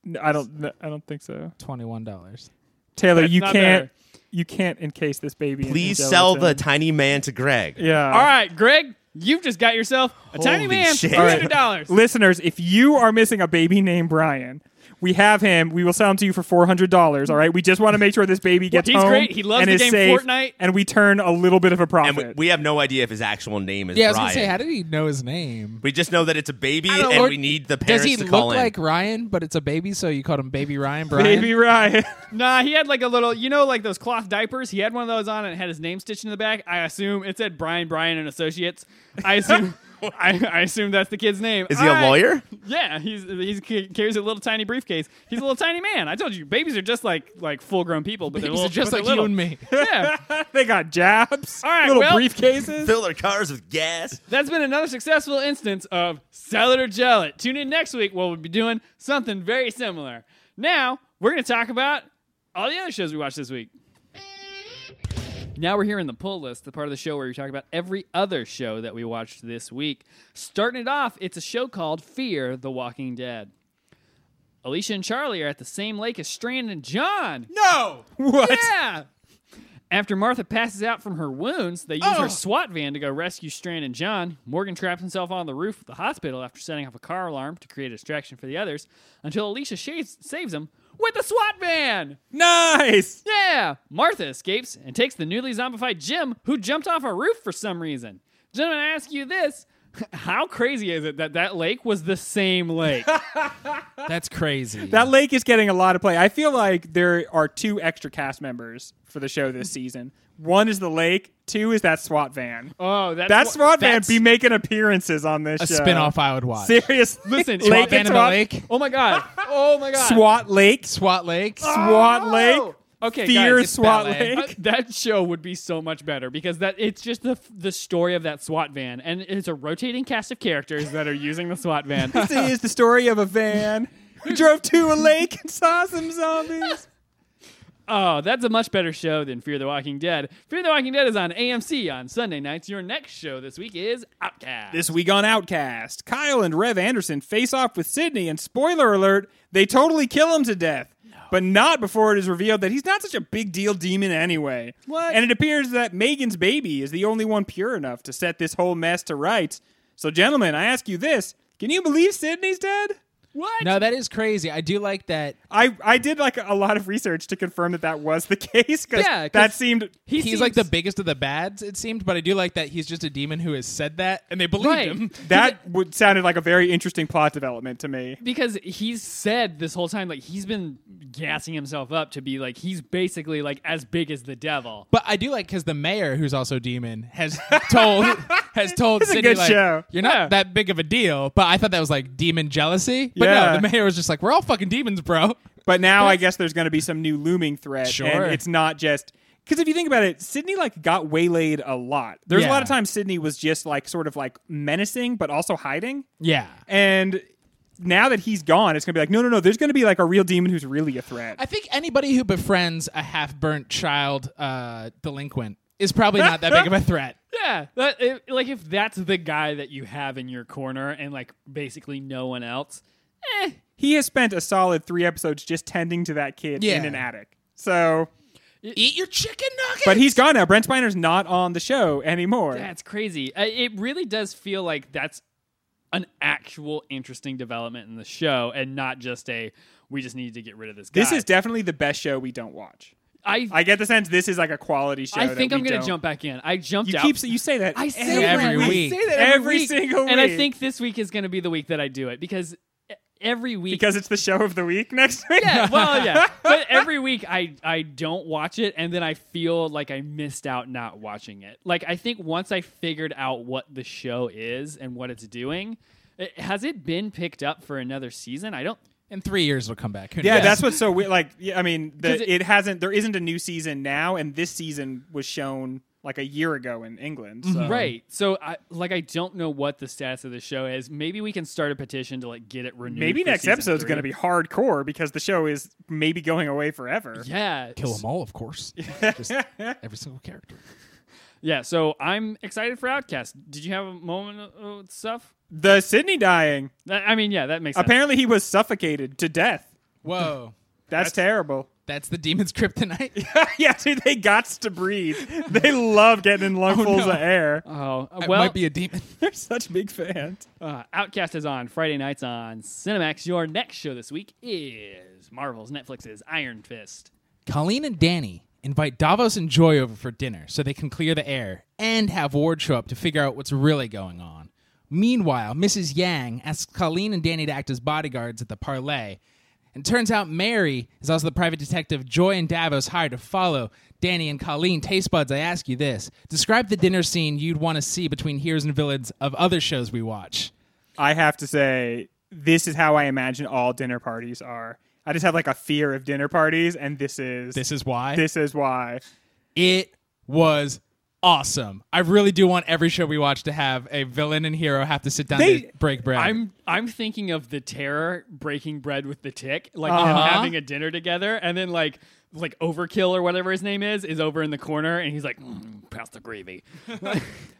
[SPEAKER 3] N- I don't. n- I don't think so.
[SPEAKER 2] Twenty one dollars.
[SPEAKER 3] Taylor,
[SPEAKER 1] That's
[SPEAKER 3] you
[SPEAKER 1] not
[SPEAKER 3] can't.
[SPEAKER 1] better.
[SPEAKER 3] You can't encase this baby. in
[SPEAKER 4] Please
[SPEAKER 3] gelatin.
[SPEAKER 4] sell the tiny man to Greg.
[SPEAKER 3] yeah.
[SPEAKER 1] All right, Greg, you've just got yourself a tiny
[SPEAKER 4] Holy
[SPEAKER 1] man,
[SPEAKER 4] shit.
[SPEAKER 1] three hundred dollars.
[SPEAKER 3] Listeners, if you are missing a baby named Brian, we have him. We will sell him to you for four hundred dollars. All right. We just want to make sure this baby gets
[SPEAKER 1] he's
[SPEAKER 3] home
[SPEAKER 1] great. He loves
[SPEAKER 3] and
[SPEAKER 1] the
[SPEAKER 3] is
[SPEAKER 1] game
[SPEAKER 3] safe,
[SPEAKER 1] Fortnite.
[SPEAKER 3] and we turn a little bit of a
[SPEAKER 4] And we,
[SPEAKER 3] profit.
[SPEAKER 4] we have no idea if his actual name is
[SPEAKER 2] Yeah, I was
[SPEAKER 4] Brian.
[SPEAKER 2] gonna say, how did he know his name?
[SPEAKER 4] we just know that it's a baby,
[SPEAKER 2] I don't-
[SPEAKER 4] and
[SPEAKER 2] or-
[SPEAKER 4] we need the parents
[SPEAKER 2] Does he
[SPEAKER 4] to
[SPEAKER 2] look
[SPEAKER 4] call in.
[SPEAKER 2] like Ryan? But it's a baby, so you called him Baby Ryan. Brian.
[SPEAKER 3] baby Ryan.
[SPEAKER 1] Nah, he had like a little, you know, like those cloth diapers. He had one of those on, and it had his name stitched in the back. I assume it said Brian Brian and Associates. I assume I, I assume that's the kid's name.
[SPEAKER 4] Is he a
[SPEAKER 1] I-
[SPEAKER 4] lawyer?
[SPEAKER 1] Yeah, he's he's he carries a little tiny briefcase. He's a little tiny man. I told you, babies are just like like full grown people, but
[SPEAKER 2] Babies
[SPEAKER 1] they're little,
[SPEAKER 2] are just
[SPEAKER 1] but
[SPEAKER 2] like
[SPEAKER 1] they're
[SPEAKER 2] you
[SPEAKER 1] little.
[SPEAKER 2] and me.
[SPEAKER 1] Yeah,
[SPEAKER 3] they got jabs,
[SPEAKER 1] All right,
[SPEAKER 3] little
[SPEAKER 1] well-
[SPEAKER 3] briefcases.
[SPEAKER 4] Fill their cars with gas.
[SPEAKER 1] that's been another successful instance of sell it or gel it. Tune in next week where we'll be doing something very similar. Now we're gonna talk about all the other shows we watched this week. Now we're here in the pull list, the part of the show where we talk about every other show that we watched this week. Starting it off, it's a show called Fear the Walking Dead. Alicia and Charlie are at the same lake as Strand and John.
[SPEAKER 2] No.
[SPEAKER 3] What?
[SPEAKER 1] Yeah. After Martha passes out from her wounds, they use
[SPEAKER 2] Oh.
[SPEAKER 1] her SWAT van to go rescue Strand and John. Morgan traps himself on the roof of the hospital after setting off a car alarm to create a distraction for the others until Alicia shaves, saves him with the SWAT van.
[SPEAKER 3] Nice.
[SPEAKER 1] Yeah! Martha escapes and takes the newly zombified Jim, who jumped off a roof for some reason. Gentlemen, I ask you this. How crazy is it that that lake was the same lake?
[SPEAKER 2] That's crazy.
[SPEAKER 3] That lake is getting a lot of play. I feel like there are two extra cast members for the show this season. One is the lake. Two is that SWAT van.
[SPEAKER 1] Oh, that's
[SPEAKER 3] that
[SPEAKER 1] wha-
[SPEAKER 3] SWAT van
[SPEAKER 2] that's-
[SPEAKER 3] be making appearances on this
[SPEAKER 2] a
[SPEAKER 3] show.
[SPEAKER 2] spin-off
[SPEAKER 1] uh,
[SPEAKER 2] I would watch.
[SPEAKER 3] Seriously.
[SPEAKER 1] Listen,
[SPEAKER 3] Lake
[SPEAKER 1] SWAT
[SPEAKER 2] Van
[SPEAKER 3] and
[SPEAKER 2] in the Lake.
[SPEAKER 1] Oh my god. Oh my god.
[SPEAKER 3] SWAT Lake.
[SPEAKER 2] SWAT Lake.
[SPEAKER 3] SWAT Lake.
[SPEAKER 1] Okay,
[SPEAKER 3] Fear
[SPEAKER 1] guys, it's
[SPEAKER 3] SWAT
[SPEAKER 2] ballet.
[SPEAKER 1] Uh,
[SPEAKER 3] Lake.
[SPEAKER 1] that show would be so much better because that it's just the the story of that SWAT van, and it's a rotating cast of characters that are using the SWAT van.
[SPEAKER 3] This is the story of a van who drove to a lake and saw some zombies.
[SPEAKER 1] oh, that's a much better show than Fear the Walking Dead. Fear the Walking Dead is on AMC on Sunday nights. Your next show this week is Outcast.
[SPEAKER 3] This week on Outcast, Kyle and Rev Anderson face off with Sydney, and spoiler alert, they totally kill him to death. But not before it is revealed that he's not such a big deal demon anyway.
[SPEAKER 1] What?
[SPEAKER 3] And it appears that Megan's baby is the only one pure enough to set this whole mess to rights. So, gentlemen, I ask you this can you believe Sydney's dead?
[SPEAKER 1] what?
[SPEAKER 2] No, that is crazy. I do like that.
[SPEAKER 3] I, I did like a lot of research to confirm that that was the case because
[SPEAKER 1] Yeah, 'cause
[SPEAKER 3] that seemed
[SPEAKER 1] He
[SPEAKER 2] he's
[SPEAKER 1] seems-
[SPEAKER 2] like the biggest of the bads, it seemed, but I do like that he's just a demon who has said that and they believed
[SPEAKER 1] Right.
[SPEAKER 2] him.
[SPEAKER 3] that would sounded like a very interesting plot development to me.
[SPEAKER 1] because he's said this whole time like he's been gassing himself up to be like he's basically like as big as the devil.
[SPEAKER 2] But I do like because the mayor, who's also a demon, has told has told
[SPEAKER 3] It's a
[SPEAKER 2] Sydney
[SPEAKER 3] good
[SPEAKER 2] like,
[SPEAKER 3] show.
[SPEAKER 2] you're not
[SPEAKER 1] Yeah.
[SPEAKER 2] that big of a deal. But I thought that was like demon jealousy. But
[SPEAKER 3] Yeah.
[SPEAKER 2] no, the mayor was just like, we're all fucking demons, bro.
[SPEAKER 3] But now I guess there's going to be some new looming threat,
[SPEAKER 2] Sure.
[SPEAKER 3] and it's not just because if you think about it, Sydney like got waylaid a lot. There's a lot of
[SPEAKER 2] Yeah.
[SPEAKER 3] times Sydney was just like sort of like menacing, but also hiding.
[SPEAKER 2] Yeah.
[SPEAKER 3] And now that he's gone, it's going to be like no, no, no. There's going to be like a real demon who's really a threat.
[SPEAKER 2] I think anybody who befriends a half burnt child uh, delinquent is probably not that big of a threat.
[SPEAKER 1] Yeah, that, if, like if that's the guy that you have in your corner and like basically no one else, eh?
[SPEAKER 3] he has spent a solid three episodes just tending to that kid
[SPEAKER 2] Yeah.
[SPEAKER 3] in an attic. So,
[SPEAKER 2] Eat your chicken nuggets.
[SPEAKER 3] but he's gone now. Brent Spiner's not on the show anymore.
[SPEAKER 1] That's crazy. I, it really does feel like that's an actual interesting development in the show and not just a we just need to get rid of this guy.
[SPEAKER 3] this is definitely the best show we don't watch.
[SPEAKER 1] I I,
[SPEAKER 3] I get the sense this is like a quality show. that
[SPEAKER 1] think
[SPEAKER 3] we
[SPEAKER 1] I'm gonna
[SPEAKER 3] don't-
[SPEAKER 1] jump back in. I jumped
[SPEAKER 3] You
[SPEAKER 1] out.
[SPEAKER 3] keep you say that
[SPEAKER 1] I say
[SPEAKER 2] every
[SPEAKER 1] that.
[SPEAKER 2] week.
[SPEAKER 1] I say that every,
[SPEAKER 3] Every
[SPEAKER 1] week.
[SPEAKER 3] single
[SPEAKER 1] And I
[SPEAKER 3] week.
[SPEAKER 1] think this week is going to be the week that I do it because e- every week
[SPEAKER 3] because it's the show of the week next week.
[SPEAKER 1] yeah, well, yeah. But every week I I don't watch it, and then I feel like I missed out not watching it. Like I think once I figured out what the show is and what it's doing, it, has it been picked up for another season? I don't.
[SPEAKER 2] in three years, it'll come back. Who
[SPEAKER 3] Yeah,
[SPEAKER 2] knows?
[SPEAKER 3] that's what's so weird. Like, yeah, I mean, the,
[SPEAKER 1] 'Cause
[SPEAKER 3] it,
[SPEAKER 1] it-
[SPEAKER 3] hasn't. There isn't a new season now, and this season was shown like a year ago in England. So.
[SPEAKER 1] Mm-hmm. Right. So I like I don't know what the status of the show is. Maybe we can start a petition to like get it renewed.
[SPEAKER 3] Maybe
[SPEAKER 1] for
[SPEAKER 3] next
[SPEAKER 1] season
[SPEAKER 3] episode's
[SPEAKER 1] three.
[SPEAKER 3] going to be hardcore because the show is maybe going away forever.
[SPEAKER 1] Yeah.
[SPEAKER 2] kill them all, of course. Just every single character.
[SPEAKER 1] Yeah. So I'm excited for Outcast. Did you have a moment of of stuff?
[SPEAKER 3] The Sydney dying.
[SPEAKER 1] I- I mean, yeah, that makes sense.
[SPEAKER 3] Apparently, he was suffocated to death.
[SPEAKER 2] Whoa,
[SPEAKER 3] That's, terrible.
[SPEAKER 2] that's the demon's kryptonite.
[SPEAKER 3] yeah, dude, they got to breathe. They love getting in lungfuls
[SPEAKER 2] no.
[SPEAKER 3] of air.
[SPEAKER 1] Oh
[SPEAKER 2] It
[SPEAKER 1] well,
[SPEAKER 2] might be a demon.
[SPEAKER 3] They're such big fans.
[SPEAKER 1] Uh, Outcast is on Friday nights on Cinemax. Your next show this week is Marvel's Netflix's Iron Fist.
[SPEAKER 2] Colleen and Danny invite Davos and Joy over for dinner so they can clear the air and have Ward show up to figure out what's really going on. Meanwhile, Mrs. Yang asks Colleen and Danny to act as bodyguards at the parlay And turns out Mary is also the private detective Joy and Davos hired to follow. Danny and Colleen, taste buds, I ask you this. Describe the dinner scene you'd want to see between heroes and villains of other shows we watch.
[SPEAKER 3] I have to say, this is how I imagine all dinner parties are. I just have like a fear of dinner parties, and this is
[SPEAKER 2] This is why.
[SPEAKER 3] this is why.
[SPEAKER 2] it was awesome. I really do want every show we watch to have a villain and hero have to sit down
[SPEAKER 3] They-
[SPEAKER 2] to break bread.
[SPEAKER 1] I'm I'm thinking of the terror breaking bread with the tick, like them
[SPEAKER 2] Uh-huh.
[SPEAKER 1] having a dinner together, and then like like Overkill or whatever his name is is over in the corner, and he's like, mm, pass the gravy.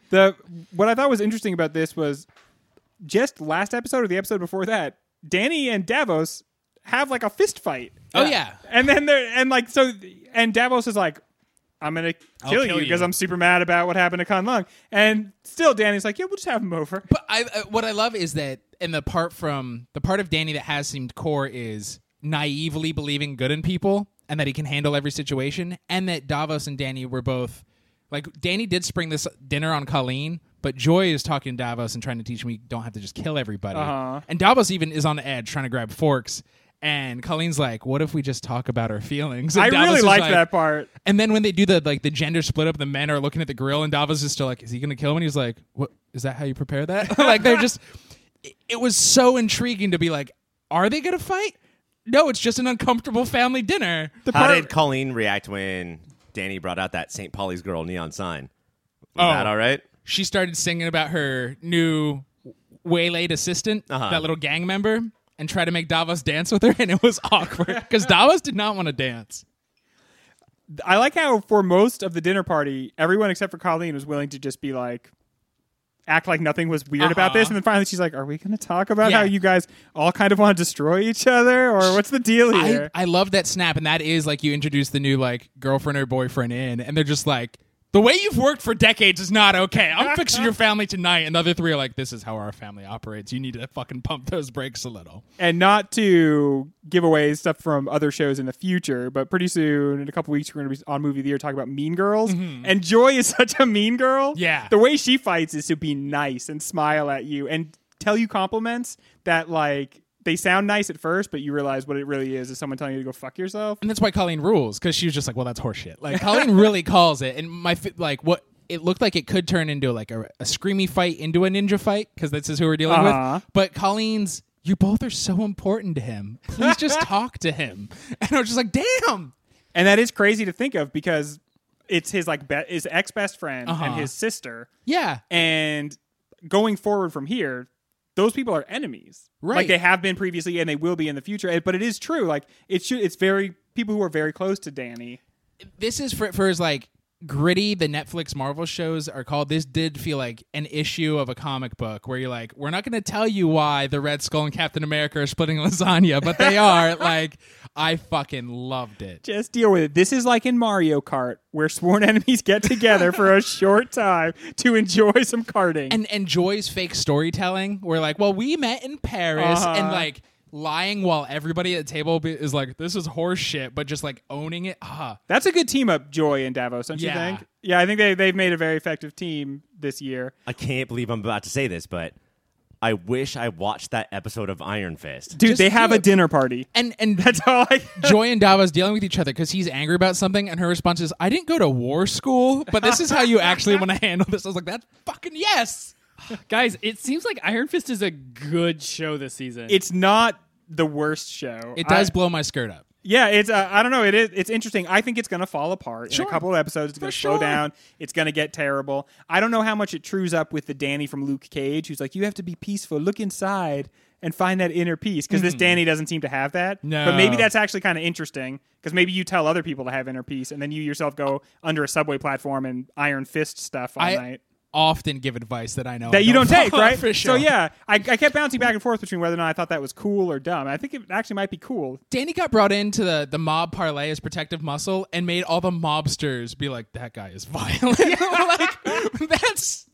[SPEAKER 3] The what I thought was interesting about this was just last episode or the episode before that, Danny and Davos have like a fist fight.
[SPEAKER 2] oh yeah.
[SPEAKER 3] And then they're and like so and Davos is like, I'm gonna kill,
[SPEAKER 2] kill
[SPEAKER 3] you because
[SPEAKER 2] you.
[SPEAKER 3] I'm super mad about what happened to Kan Lung. And still Danny's like, Yeah, we'll just have him over.
[SPEAKER 2] But I, uh, what I love is that, and the part from the part of Danny that has seemed core is naively believing good in people and that he can handle every situation, and that Davos and Danny were both like Danny did spring this dinner on Colleen, but Joy is talking to Davos and trying to teach him we don't have to just kill everybody,
[SPEAKER 3] Uh-huh.
[SPEAKER 2] and Davos even is on the edge trying to grab forks. And Colleen's like, "What if we just talk about our feelings?" And
[SPEAKER 3] I
[SPEAKER 2] Davos
[SPEAKER 3] really
[SPEAKER 2] is
[SPEAKER 3] liked that part.
[SPEAKER 2] and then when they do the like the gender split up, the men are looking at the grill, and Davos is still like, "Is he gonna kill him?" And he's like, "What is that? How you prepare that?" like they're just. It, it was so intriguing to be like, "Are they gonna fight?" No, it's just an uncomfortable family dinner.
[SPEAKER 3] The
[SPEAKER 4] How
[SPEAKER 3] part
[SPEAKER 4] did Colleen react when Danny brought out that St. Pauli's girl neon sign? Was
[SPEAKER 2] Oh.
[SPEAKER 4] that all right?
[SPEAKER 2] She started singing about her new waylaid assistant,
[SPEAKER 4] Uh-huh.
[SPEAKER 2] that little gang member, and tried to make Davos dance with her, and it was awkward because Davos did not want to dance.
[SPEAKER 3] I like how for most of the dinner party, everyone except for Colleen was willing to just be like, act like nothing was weird about this,
[SPEAKER 2] Uh-huh.
[SPEAKER 3] and then finally she's like, "Are we going to talk about
[SPEAKER 2] Yeah.
[SPEAKER 3] how you guys all kind of want to destroy each other, or what's the deal
[SPEAKER 2] I,
[SPEAKER 3] here?"
[SPEAKER 2] I love that snap, and that is like you introduce the new like girlfriend or boyfriend in, and they're just like, the way you've worked for decades is not okay. I'm fixing your family tonight, and the other three are like, this is how our family operates. You need to fucking pump those brakes a little.
[SPEAKER 3] and not to give away stuff from other shows in the future, but pretty soon, in a couple weeks, we're going to be on Movie of the Year talking about Mean Girls, and Joy is such a mean girl.
[SPEAKER 2] Mm-hmm. Yeah.
[SPEAKER 3] the way she fights is to be nice and smile at you and tell you compliments that like. They sound nice at first, but you realize what it really is is someone telling you to go fuck yourself.
[SPEAKER 2] And that's why Colleen rules because she was just like, well, that's horseshit. Like Colleen really calls it, and my fi- like what it looked like it could turn into like a, a screamy fight into a ninja fight because this is who we're dealing
[SPEAKER 3] Uh-huh.
[SPEAKER 2] with. But Colleen's. You both are so important to him. Please just talk to him. And I was just like, damn.
[SPEAKER 3] and that is crazy to think of because it's his like be- his ex best friend
[SPEAKER 2] Uh-huh.
[SPEAKER 3] and his sister,
[SPEAKER 2] Yeah.
[SPEAKER 3] and going forward from here, those people are enemies,
[SPEAKER 2] Right.
[SPEAKER 3] Like they have been previously and they will be in the future. And- But it is true, like it should. It's very people who are very close to Danny.
[SPEAKER 2] this is for for as like gritty the Netflix Marvel shows are called. This did feel like an issue of a comic book where you're like, we're not going to tell you why the Red Skull and Captain America are splitting lasagna, but they are. like, I fucking loved it.
[SPEAKER 3] Just deal with it. This is like in Mario Kart, where sworn enemies get together for a short time to enjoy some karting.
[SPEAKER 2] And and Joy's fake storytelling, where like, well, we met in Paris,
[SPEAKER 3] Uh-huh.
[SPEAKER 2] and like lying while everybody at the table be- is like, this is horse shit, but just like owning it. Ah,
[SPEAKER 3] That's a good team up, Joy and Davos, don't
[SPEAKER 2] Yeah.
[SPEAKER 3] you think? Yeah, I think they they've made a very effective team this year.
[SPEAKER 4] I can't believe I'm about to say this, but I wish I watched that episode of Iron Fist.
[SPEAKER 3] Dude,
[SPEAKER 2] Just
[SPEAKER 3] they have
[SPEAKER 2] do
[SPEAKER 3] a
[SPEAKER 2] it.
[SPEAKER 3] dinner party.
[SPEAKER 2] and and
[SPEAKER 3] That's all I.
[SPEAKER 2] Joy and Davos dealing with each other because he's angry about something, and her response is, "I didn't go to war school, but this is how you actually want to handle this." I was like, "That's fucking yes."
[SPEAKER 1] Guys, it seems like Iron Fist is a good show this season.
[SPEAKER 3] It's not the worst show.
[SPEAKER 2] It does
[SPEAKER 3] I,
[SPEAKER 2] blow my skirt up.
[SPEAKER 3] yeah, it's. Uh, I don't know. It is. It's interesting. I think it's going to fall apart
[SPEAKER 2] Sure.
[SPEAKER 3] in a couple of episodes. It's going to slow
[SPEAKER 2] sure.
[SPEAKER 3] down. It's going to get terrible. I don't know how much it trues up with the Danny from Luke Cage, who's like, "You have to be peaceful. Look inside and find that inner peace." Because this Danny doesn't seem to have that.
[SPEAKER 2] Hmm. No.
[SPEAKER 3] But maybe that's actually kind of interesting. Because maybe you tell other people to have inner peace, and then you yourself go under a subway platform and iron fist stuff all
[SPEAKER 2] I
[SPEAKER 3] night.
[SPEAKER 2] often give advice that I know
[SPEAKER 3] that you don't take,
[SPEAKER 2] follow
[SPEAKER 3] right?
[SPEAKER 2] For
[SPEAKER 3] So
[SPEAKER 2] sure.
[SPEAKER 3] yeah, I, I kept bouncing back and forth between whether or not I thought that was cool or dumb. I think it actually might be cool.
[SPEAKER 2] Danny got brought into the the mob parlay as protective muscle and made all the mobsters be like, "That guy is violent." like that's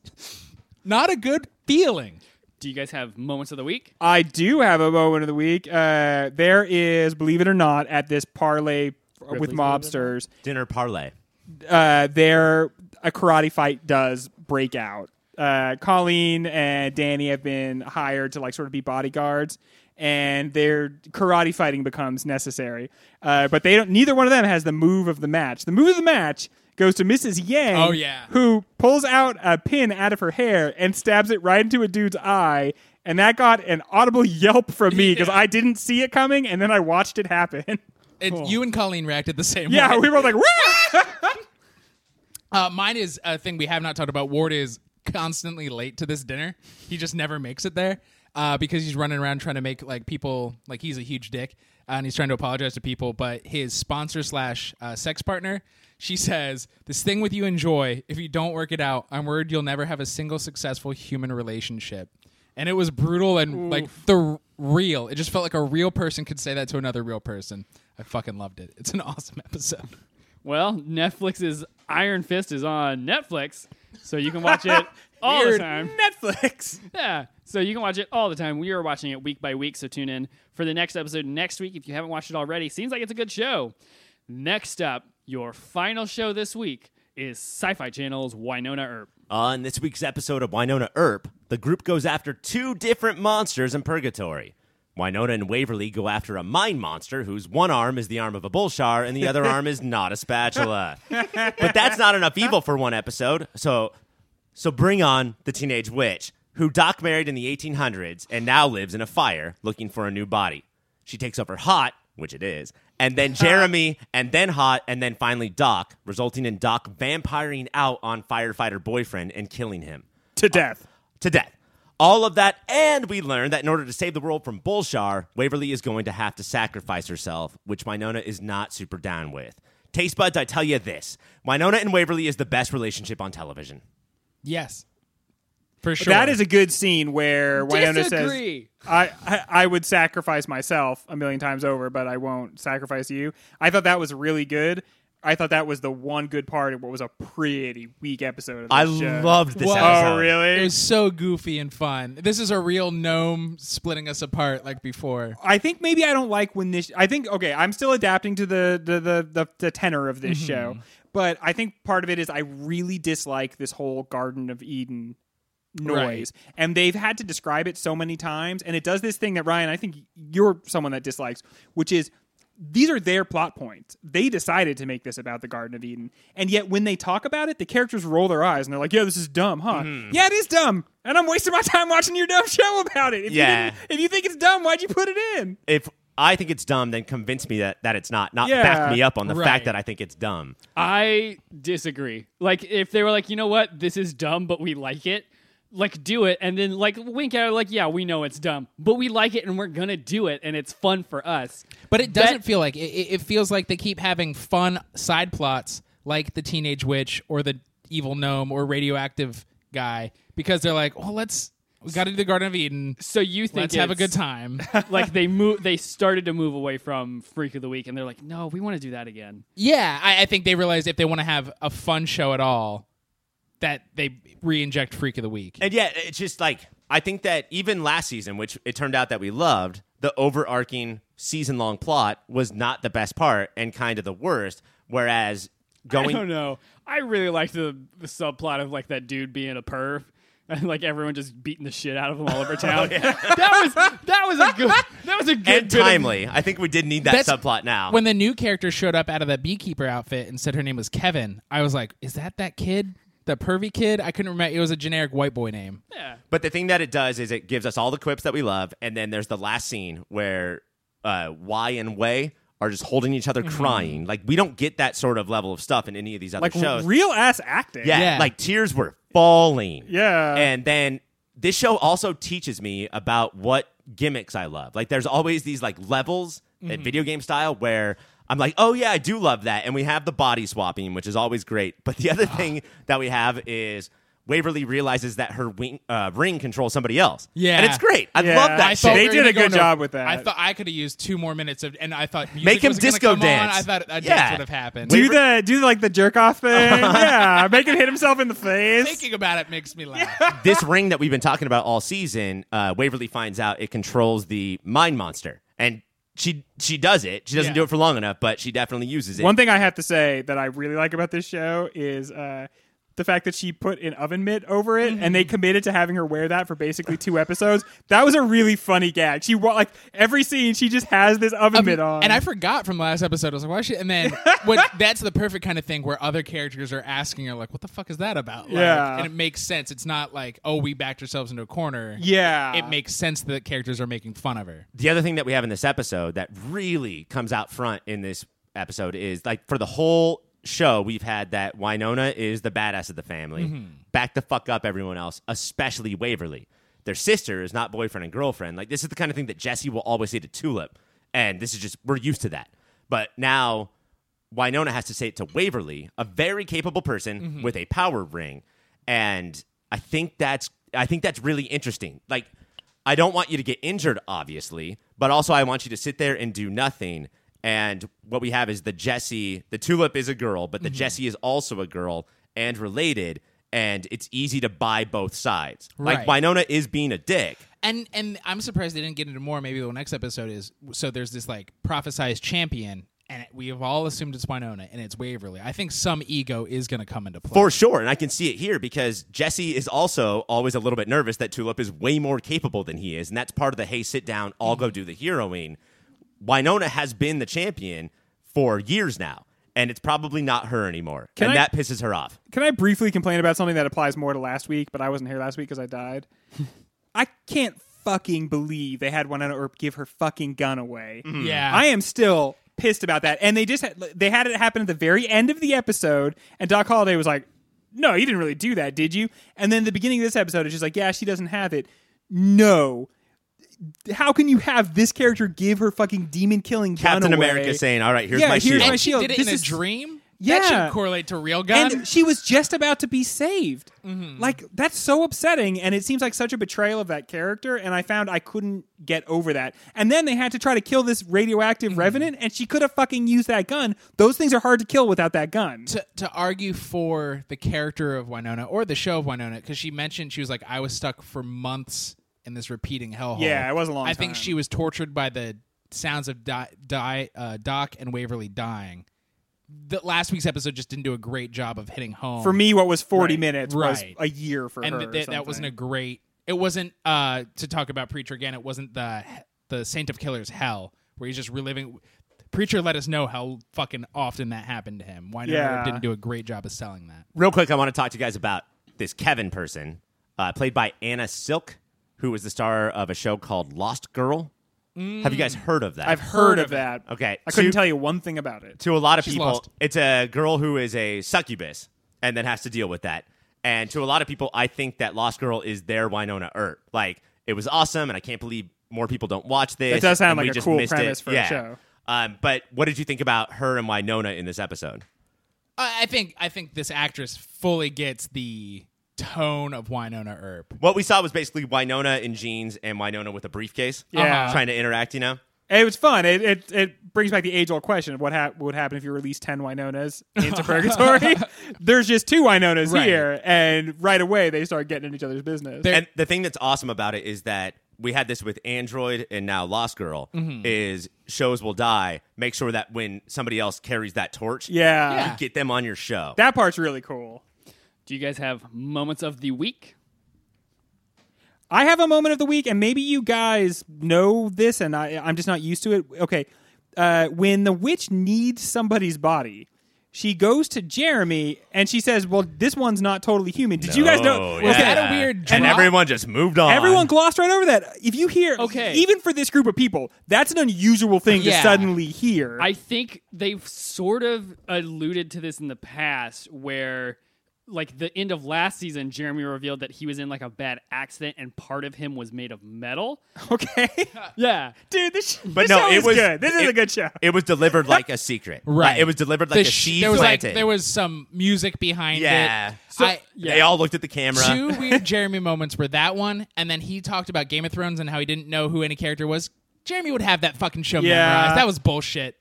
[SPEAKER 2] not a good feeling.
[SPEAKER 1] Do you guys have moments of the week?
[SPEAKER 3] I do have a moment of the week. Uh, there is, believe it or not, at this parlay with mobsters,
[SPEAKER 4] Dinner parlay.
[SPEAKER 3] uh, there a karate fight does break out, uh, Colleen and Danny have been hired to like sort of be bodyguards, and their karate fighting becomes necessary. Uh, but they don't. Neither one of them has the move of the match. The move of the match goes to Mrs. Yang.
[SPEAKER 2] Oh, yeah.
[SPEAKER 3] who pulls out a pin out of her hair and stabs it right into a dude's eye. And that got an audible yelp from me because I didn't see it coming, and then I watched it happen.
[SPEAKER 2] It, You and Colleen reacted the same way.
[SPEAKER 3] Yeah, we were like, "Wah!"
[SPEAKER 2] Uh, mine is a thing we have not talked about. Ward is constantly late to this dinner. He just never makes it there uh, because he's running around trying to make like people like he's a huge dick uh, and he's trying to apologize to people. But his sponsor slash uh, sex partner, she says, "This thing with you enjoy. If you don't work it out, I'm worried you'll never have a single successful human relationship." And it was brutal and like the r- real. It just felt like a real person could say that to another real person. I fucking loved it. It's an awesome episode.
[SPEAKER 1] Well, Netflix's Iron Fist is on Netflix, so you can watch it all the time.
[SPEAKER 3] Netflix.
[SPEAKER 1] Yeah. So you can watch it all the time. We are watching it week by week, so tune in for the next episode next week if you haven't watched it already. Seems like it's a good show. Next up, your final show this week is Sci Fi Channel's Winona Earp.
[SPEAKER 4] On this week's episode of Winona Earp, the group goes after two different monsters in Purgatory. Winona and Waverly go after a mine monster whose one arm is the arm of a bullshar and the other arm is not a spatula. but that's not enough evil for one episode, so so bring on the teenage witch, who Doc married in the 1800s and now lives in a fire looking for a new body. She takes over Hot, which it is, and then Jeremy, and then Hot, and then finally Doc, resulting in Doc vampiring out on firefighter boyfriend and killing him
[SPEAKER 3] To death.
[SPEAKER 4] to death. All of that, and we learn that in order to save the world from Bolshar, Waverly is going to have to sacrifice herself, which Winona is not super down with. Taste buds, I tell you this Winona and Waverly is the best relationship on television.
[SPEAKER 2] Yes, for sure.
[SPEAKER 3] That is a good scene where Winona
[SPEAKER 1] Disagree.
[SPEAKER 3] says, I, I, I would sacrifice myself a million times over, but I won't sacrifice you. I thought that was really good. I thought that was the one good part of what was a pretty weak episode of this
[SPEAKER 4] I
[SPEAKER 3] show.
[SPEAKER 4] loved this
[SPEAKER 2] Whoa.
[SPEAKER 4] episode.
[SPEAKER 3] Oh, really?
[SPEAKER 2] It was so goofy and fun. This is a real gnome splitting us apart like before.
[SPEAKER 3] I think maybe I don't like when this. I think okay, I'm still adapting to the the the the, the tenor of
[SPEAKER 2] Mm-hmm.
[SPEAKER 3] this show, but I think part of it is I really dislike this whole Garden of Eden noise, and they've had to describe it so many times, and it does this thing that Ryan, I think you're someone that dislikes, which is. These are their plot points. They decided to make this about the Garden of Eden. And yet, when they talk about it, the characters roll their eyes and they're like, yeah, this is dumb, huh?
[SPEAKER 4] Mm-hmm.
[SPEAKER 3] Yeah, it is dumb. And I'm wasting my time watching your dumb show about it. If you
[SPEAKER 4] Yeah.
[SPEAKER 3] didn't- if you think it's dumb, why'd you put it in?
[SPEAKER 4] If I think it's dumb, then convince me that, that it's not. Not
[SPEAKER 3] Yeah.
[SPEAKER 4] back me up on the
[SPEAKER 2] Right.
[SPEAKER 4] fact that I think it's dumb.
[SPEAKER 1] I disagree. Like, if they were like, you know what, this is dumb, but we like it, like, do it. And then, like, wink at it, like, yeah, we know it's dumb, but we like it and we're going to do it, and it's fun for us.
[SPEAKER 2] But it doesn't feel like it, it it feels like they keep having fun side plots like the teenage witch or the evil gnome or radioactive guy because they're like, "Well, let's we got to do the Garden of Eden.
[SPEAKER 1] So you think
[SPEAKER 2] Let's have a
[SPEAKER 1] it's-
[SPEAKER 2] good time."
[SPEAKER 1] like they move they started to move away from freak of the week and they're like no we want to do that again
[SPEAKER 2] yeah, I, I think they realized if they want to have a fun show at all, that they re-inject Freak of the Week.
[SPEAKER 4] And yeah, it's just like I think that even last season, which it turned out that we loved, the overarching season long plot was not the best part and kind of the worst. Whereas
[SPEAKER 1] i don't
[SPEAKER 4] going
[SPEAKER 1] know i really liked the, the subplot of like that dude being a perv and like everyone just beating the shit out of him all over town that was that was a good that was a good
[SPEAKER 4] Oh, and
[SPEAKER 1] bit of-
[SPEAKER 4] timely, I think we did need that
[SPEAKER 2] That's-
[SPEAKER 4] subplot
[SPEAKER 3] Um,
[SPEAKER 4] now.
[SPEAKER 2] When the new character showed up out of that beekeeper outfit and said her name was Kevin, I was like, "Is that that kid? That pervy kid?" I couldn't remember. It was a generic white boy name.
[SPEAKER 1] yeah.
[SPEAKER 4] but the thing that it does is it gives us all the quips that we love, and then there's the last scene where uh, Y and Way are just holding each other,
[SPEAKER 1] Mm-hmm.
[SPEAKER 4] crying. Like we don't get that sort of level of stuff in any of these other
[SPEAKER 3] like
[SPEAKER 4] shows.
[SPEAKER 3] real ass acting.
[SPEAKER 4] Yeah,
[SPEAKER 2] Yeah.
[SPEAKER 4] like tears were falling.
[SPEAKER 3] Yeah.
[SPEAKER 4] And then this show also teaches me about what gimmicks I love. Like there's always these like levels
[SPEAKER 2] Mm-hmm.
[SPEAKER 4] in video game style where I'm like, "Oh yeah, I do love that." And we have the body swapping, which is always great. But the other thing that we have is Waverly realizes that her wing, uh, ring controls somebody else.
[SPEAKER 2] Yeah.
[SPEAKER 4] And it's great. I
[SPEAKER 3] Yeah.
[SPEAKER 4] love that
[SPEAKER 3] I
[SPEAKER 4] shit.
[SPEAKER 3] thought They
[SPEAKER 2] were
[SPEAKER 3] did
[SPEAKER 2] gonna
[SPEAKER 3] a good
[SPEAKER 2] go to-
[SPEAKER 3] job with that.
[SPEAKER 2] oh, I thought I could have used two more minutes of, and I thought music
[SPEAKER 4] Make him
[SPEAKER 2] was gonna
[SPEAKER 4] disco
[SPEAKER 2] come on.
[SPEAKER 4] dance.
[SPEAKER 2] I thought a
[SPEAKER 4] Yeah.
[SPEAKER 2] dance would have happened.
[SPEAKER 4] Wait.
[SPEAKER 3] Do the do like the jerk off thing. yeah. Make it hit himself in the face.
[SPEAKER 2] Thinking about it makes me laugh.
[SPEAKER 4] this ring that we've been talking about all season, uh, Waverly finds out it controls the mind monster, and she she does it. She doesn't
[SPEAKER 2] Yeah.
[SPEAKER 4] do it for long enough, but she definitely uses it.
[SPEAKER 3] One thing I have to say that I really like about this show is uh the fact that she put an oven mitt over it and they
[SPEAKER 2] Mm-hmm.
[SPEAKER 3] committed to having her wear that for basically two episodes. That was a really funny gag. She wa- like every scene she just has this oven mitt on.
[SPEAKER 2] And I forgot from the last episode. I was like, why is she? And then what, that's the perfect kind of thing where other characters are asking her, like, what the fuck is that about? Like,
[SPEAKER 3] Yeah.
[SPEAKER 2] And it makes sense. It's not like, oh, we backed ourselves into a corner.
[SPEAKER 3] yeah.
[SPEAKER 2] It makes sense that characters are making fun of her.
[SPEAKER 4] the other thing that we have in this episode that really comes out front in this episode is like for the whole show we've had that Winona is the badass of the family. Back the fuck up everyone else, especially Waverly. Their sister is not boyfriend and girlfriend. Like this is the kind of thing that Jesse will always say to Tulip. And this is just we're used to that. But now Winona has to say it to Waverly, a very capable person with a power ring. And I think that's I think that's really interesting. Like I don't want you to get injured obviously, but also I want you to sit there and do nothing. And what we have is the Jesse, the Tulip is a girl,
[SPEAKER 3] Mm-hmm.
[SPEAKER 4] but the Jesse is also a girl and related and it's easy to buy both sides. Like
[SPEAKER 2] Right.
[SPEAKER 4] Winona is being a dick.
[SPEAKER 2] And and I'm surprised they didn't get into more. Maybe the next episode is so there's this like prophesized champion, and we have all assumed it's Winona and it's Waverly. I think some ego is going to come into play.
[SPEAKER 4] For sure, and I can see it here because Jesse is also always a little bit nervous that Tulip is way more capable than he is, and that's part of the hey, sit down, I'll go do the heroing. Winona has been the champion for years now, and it's probably not her anymore,
[SPEAKER 3] Can
[SPEAKER 4] and
[SPEAKER 3] I-
[SPEAKER 4] that pisses her off.
[SPEAKER 3] Can I briefly complain about something that applies more to last week, but I wasn't here last week because I died? I can't fucking believe they had Winona Earp give her fucking gun away.
[SPEAKER 2] Yeah.
[SPEAKER 3] I am still pissed about that. And they just had, they had it happen at the very end of the episode, and Doc Holliday was like, "No, you didn't really do that, did you?" And then the beginning of this episode is just like, "Yeah, she doesn't have it." No. How can you have this character give her fucking demon killing
[SPEAKER 4] Captain
[SPEAKER 3] gun away?
[SPEAKER 4] America saying, "All right, here's
[SPEAKER 3] Yeah,
[SPEAKER 4] my
[SPEAKER 3] here's
[SPEAKER 4] shield."
[SPEAKER 3] my
[SPEAKER 2] and she
[SPEAKER 3] shield.
[SPEAKER 2] did it
[SPEAKER 3] This
[SPEAKER 2] in
[SPEAKER 3] is-
[SPEAKER 2] a dream.
[SPEAKER 3] Yeah.
[SPEAKER 2] that should correlate to real gun.
[SPEAKER 3] and she was just about to be saved. Like that's so upsetting, and it seems like such a betrayal of that character. And I found I couldn't get over that. And then they had to try to kill this radioactive revenant, and she could have fucking used that gun. Those things are hard to kill without that gun.
[SPEAKER 2] to, to argue for the character of Winona or the show of Winona because she mentioned she was like I was stuck for months in this repeating hellhole.
[SPEAKER 3] Yeah, it was a long
[SPEAKER 2] I think
[SPEAKER 3] time.
[SPEAKER 2] she was tortured by the sounds of di- di- uh, Doc and Waverly dying. The last week's episode just didn't do a great job of hitting home
[SPEAKER 3] for me, what was forty
[SPEAKER 2] Right,
[SPEAKER 3] minutes was
[SPEAKER 2] right.
[SPEAKER 3] a year for
[SPEAKER 2] and
[SPEAKER 3] her.
[SPEAKER 2] th-
[SPEAKER 3] or
[SPEAKER 2] th- that
[SPEAKER 3] something.
[SPEAKER 2] wasn't a great. It wasn't uh, to talk about preacher again. It wasn't the the Saint of Killers hell where he's just reliving. Preacher let us know how fucking often that happened to him. Winona
[SPEAKER 3] Yeah.
[SPEAKER 2] didn't do a great job of selling that.
[SPEAKER 4] Real quick, I want to talk to you guys about this Kevin person, uh, played by Anna Silk, who was the star of a show called Lost Girl. Have you guys heard of that?
[SPEAKER 3] Mm. I've heard of that.
[SPEAKER 4] Okay,
[SPEAKER 3] I couldn't
[SPEAKER 4] two-
[SPEAKER 3] tell you one thing about it.
[SPEAKER 4] to a lot of
[SPEAKER 2] She's
[SPEAKER 4] people,
[SPEAKER 2] lost.
[SPEAKER 4] it's a girl who is a succubus and then has to deal with that. And to a lot of people, I think that Lost Girl is their Winona Earp. Like it was awesome, and I can't believe more people don't watch
[SPEAKER 3] That
[SPEAKER 4] this.
[SPEAKER 3] does sound
[SPEAKER 4] and we
[SPEAKER 3] like a
[SPEAKER 4] just
[SPEAKER 3] cool
[SPEAKER 4] missed
[SPEAKER 3] premise
[SPEAKER 4] it.
[SPEAKER 3] for a
[SPEAKER 4] yeah.
[SPEAKER 3] show.
[SPEAKER 4] Um, but what did you think about her and Winona in this episode?
[SPEAKER 2] I I think I think this actress fully gets the tone of Winona Earp.
[SPEAKER 4] What we saw was basically Winona in jeans and Winona with a briefcase,
[SPEAKER 2] Uh-huh.
[SPEAKER 3] Yeah.
[SPEAKER 4] trying to interact. You know,
[SPEAKER 3] It was fun. It it, it brings back the age old question of what hap would happen if you release ten Winonas into purgatory. There's just two Winonas
[SPEAKER 2] Right.
[SPEAKER 3] here, and right away they start getting in each other's business.
[SPEAKER 2] They're-
[SPEAKER 4] And the thing that's awesome about it is that we had this with Android and now Lost Girl
[SPEAKER 2] Mm-hmm.
[SPEAKER 4] is shows will die. Make sure that when somebody else carries that torch,
[SPEAKER 3] yeah.
[SPEAKER 2] Yeah.
[SPEAKER 4] get them on your show.
[SPEAKER 3] that part's really cool.
[SPEAKER 1] Do you guys have moments of the week?
[SPEAKER 3] I have a moment of the week, and maybe you guys know this, and I, I'm just not used to it. Okay, uh, when the witch needs somebody's body. She goes to Jeremy and she says, "Well, this one's not totally human." Did you guys know?
[SPEAKER 4] Oh,
[SPEAKER 3] Okay,
[SPEAKER 2] that a weird drop?
[SPEAKER 4] And everyone just moved on.
[SPEAKER 3] Everyone glossed right over that. If you hear,
[SPEAKER 1] Okay.
[SPEAKER 3] even for this group of people, that's an unusual thing to
[SPEAKER 2] Yeah.
[SPEAKER 3] suddenly hear.
[SPEAKER 1] I think they've sort of alluded to this in the past where like the end of last season Jeremy revealed that he was in like a bad accident and part of him was made of metal.
[SPEAKER 3] okay,
[SPEAKER 1] Yeah.
[SPEAKER 3] dude, this, sh-
[SPEAKER 4] But
[SPEAKER 3] this
[SPEAKER 4] no,
[SPEAKER 3] show
[SPEAKER 4] it
[SPEAKER 3] is
[SPEAKER 4] was-
[SPEAKER 3] good. This is
[SPEAKER 4] it-
[SPEAKER 3] a good show.
[SPEAKER 4] It was delivered like a secret. Like, it was delivered like
[SPEAKER 2] The
[SPEAKER 4] a
[SPEAKER 2] sh-
[SPEAKER 4] seed
[SPEAKER 2] There was
[SPEAKER 4] planted.
[SPEAKER 2] like there was some music behind
[SPEAKER 4] yeah.
[SPEAKER 2] it.
[SPEAKER 4] So
[SPEAKER 2] I-
[SPEAKER 4] they all looked at the camera.
[SPEAKER 2] Two weird Jeremy moments were that one, and then he talked about Game of Thrones and how he didn't know who any character was. Jeremy would have that fucking show
[SPEAKER 3] Yeah.
[SPEAKER 2] memorized. That was bullshit.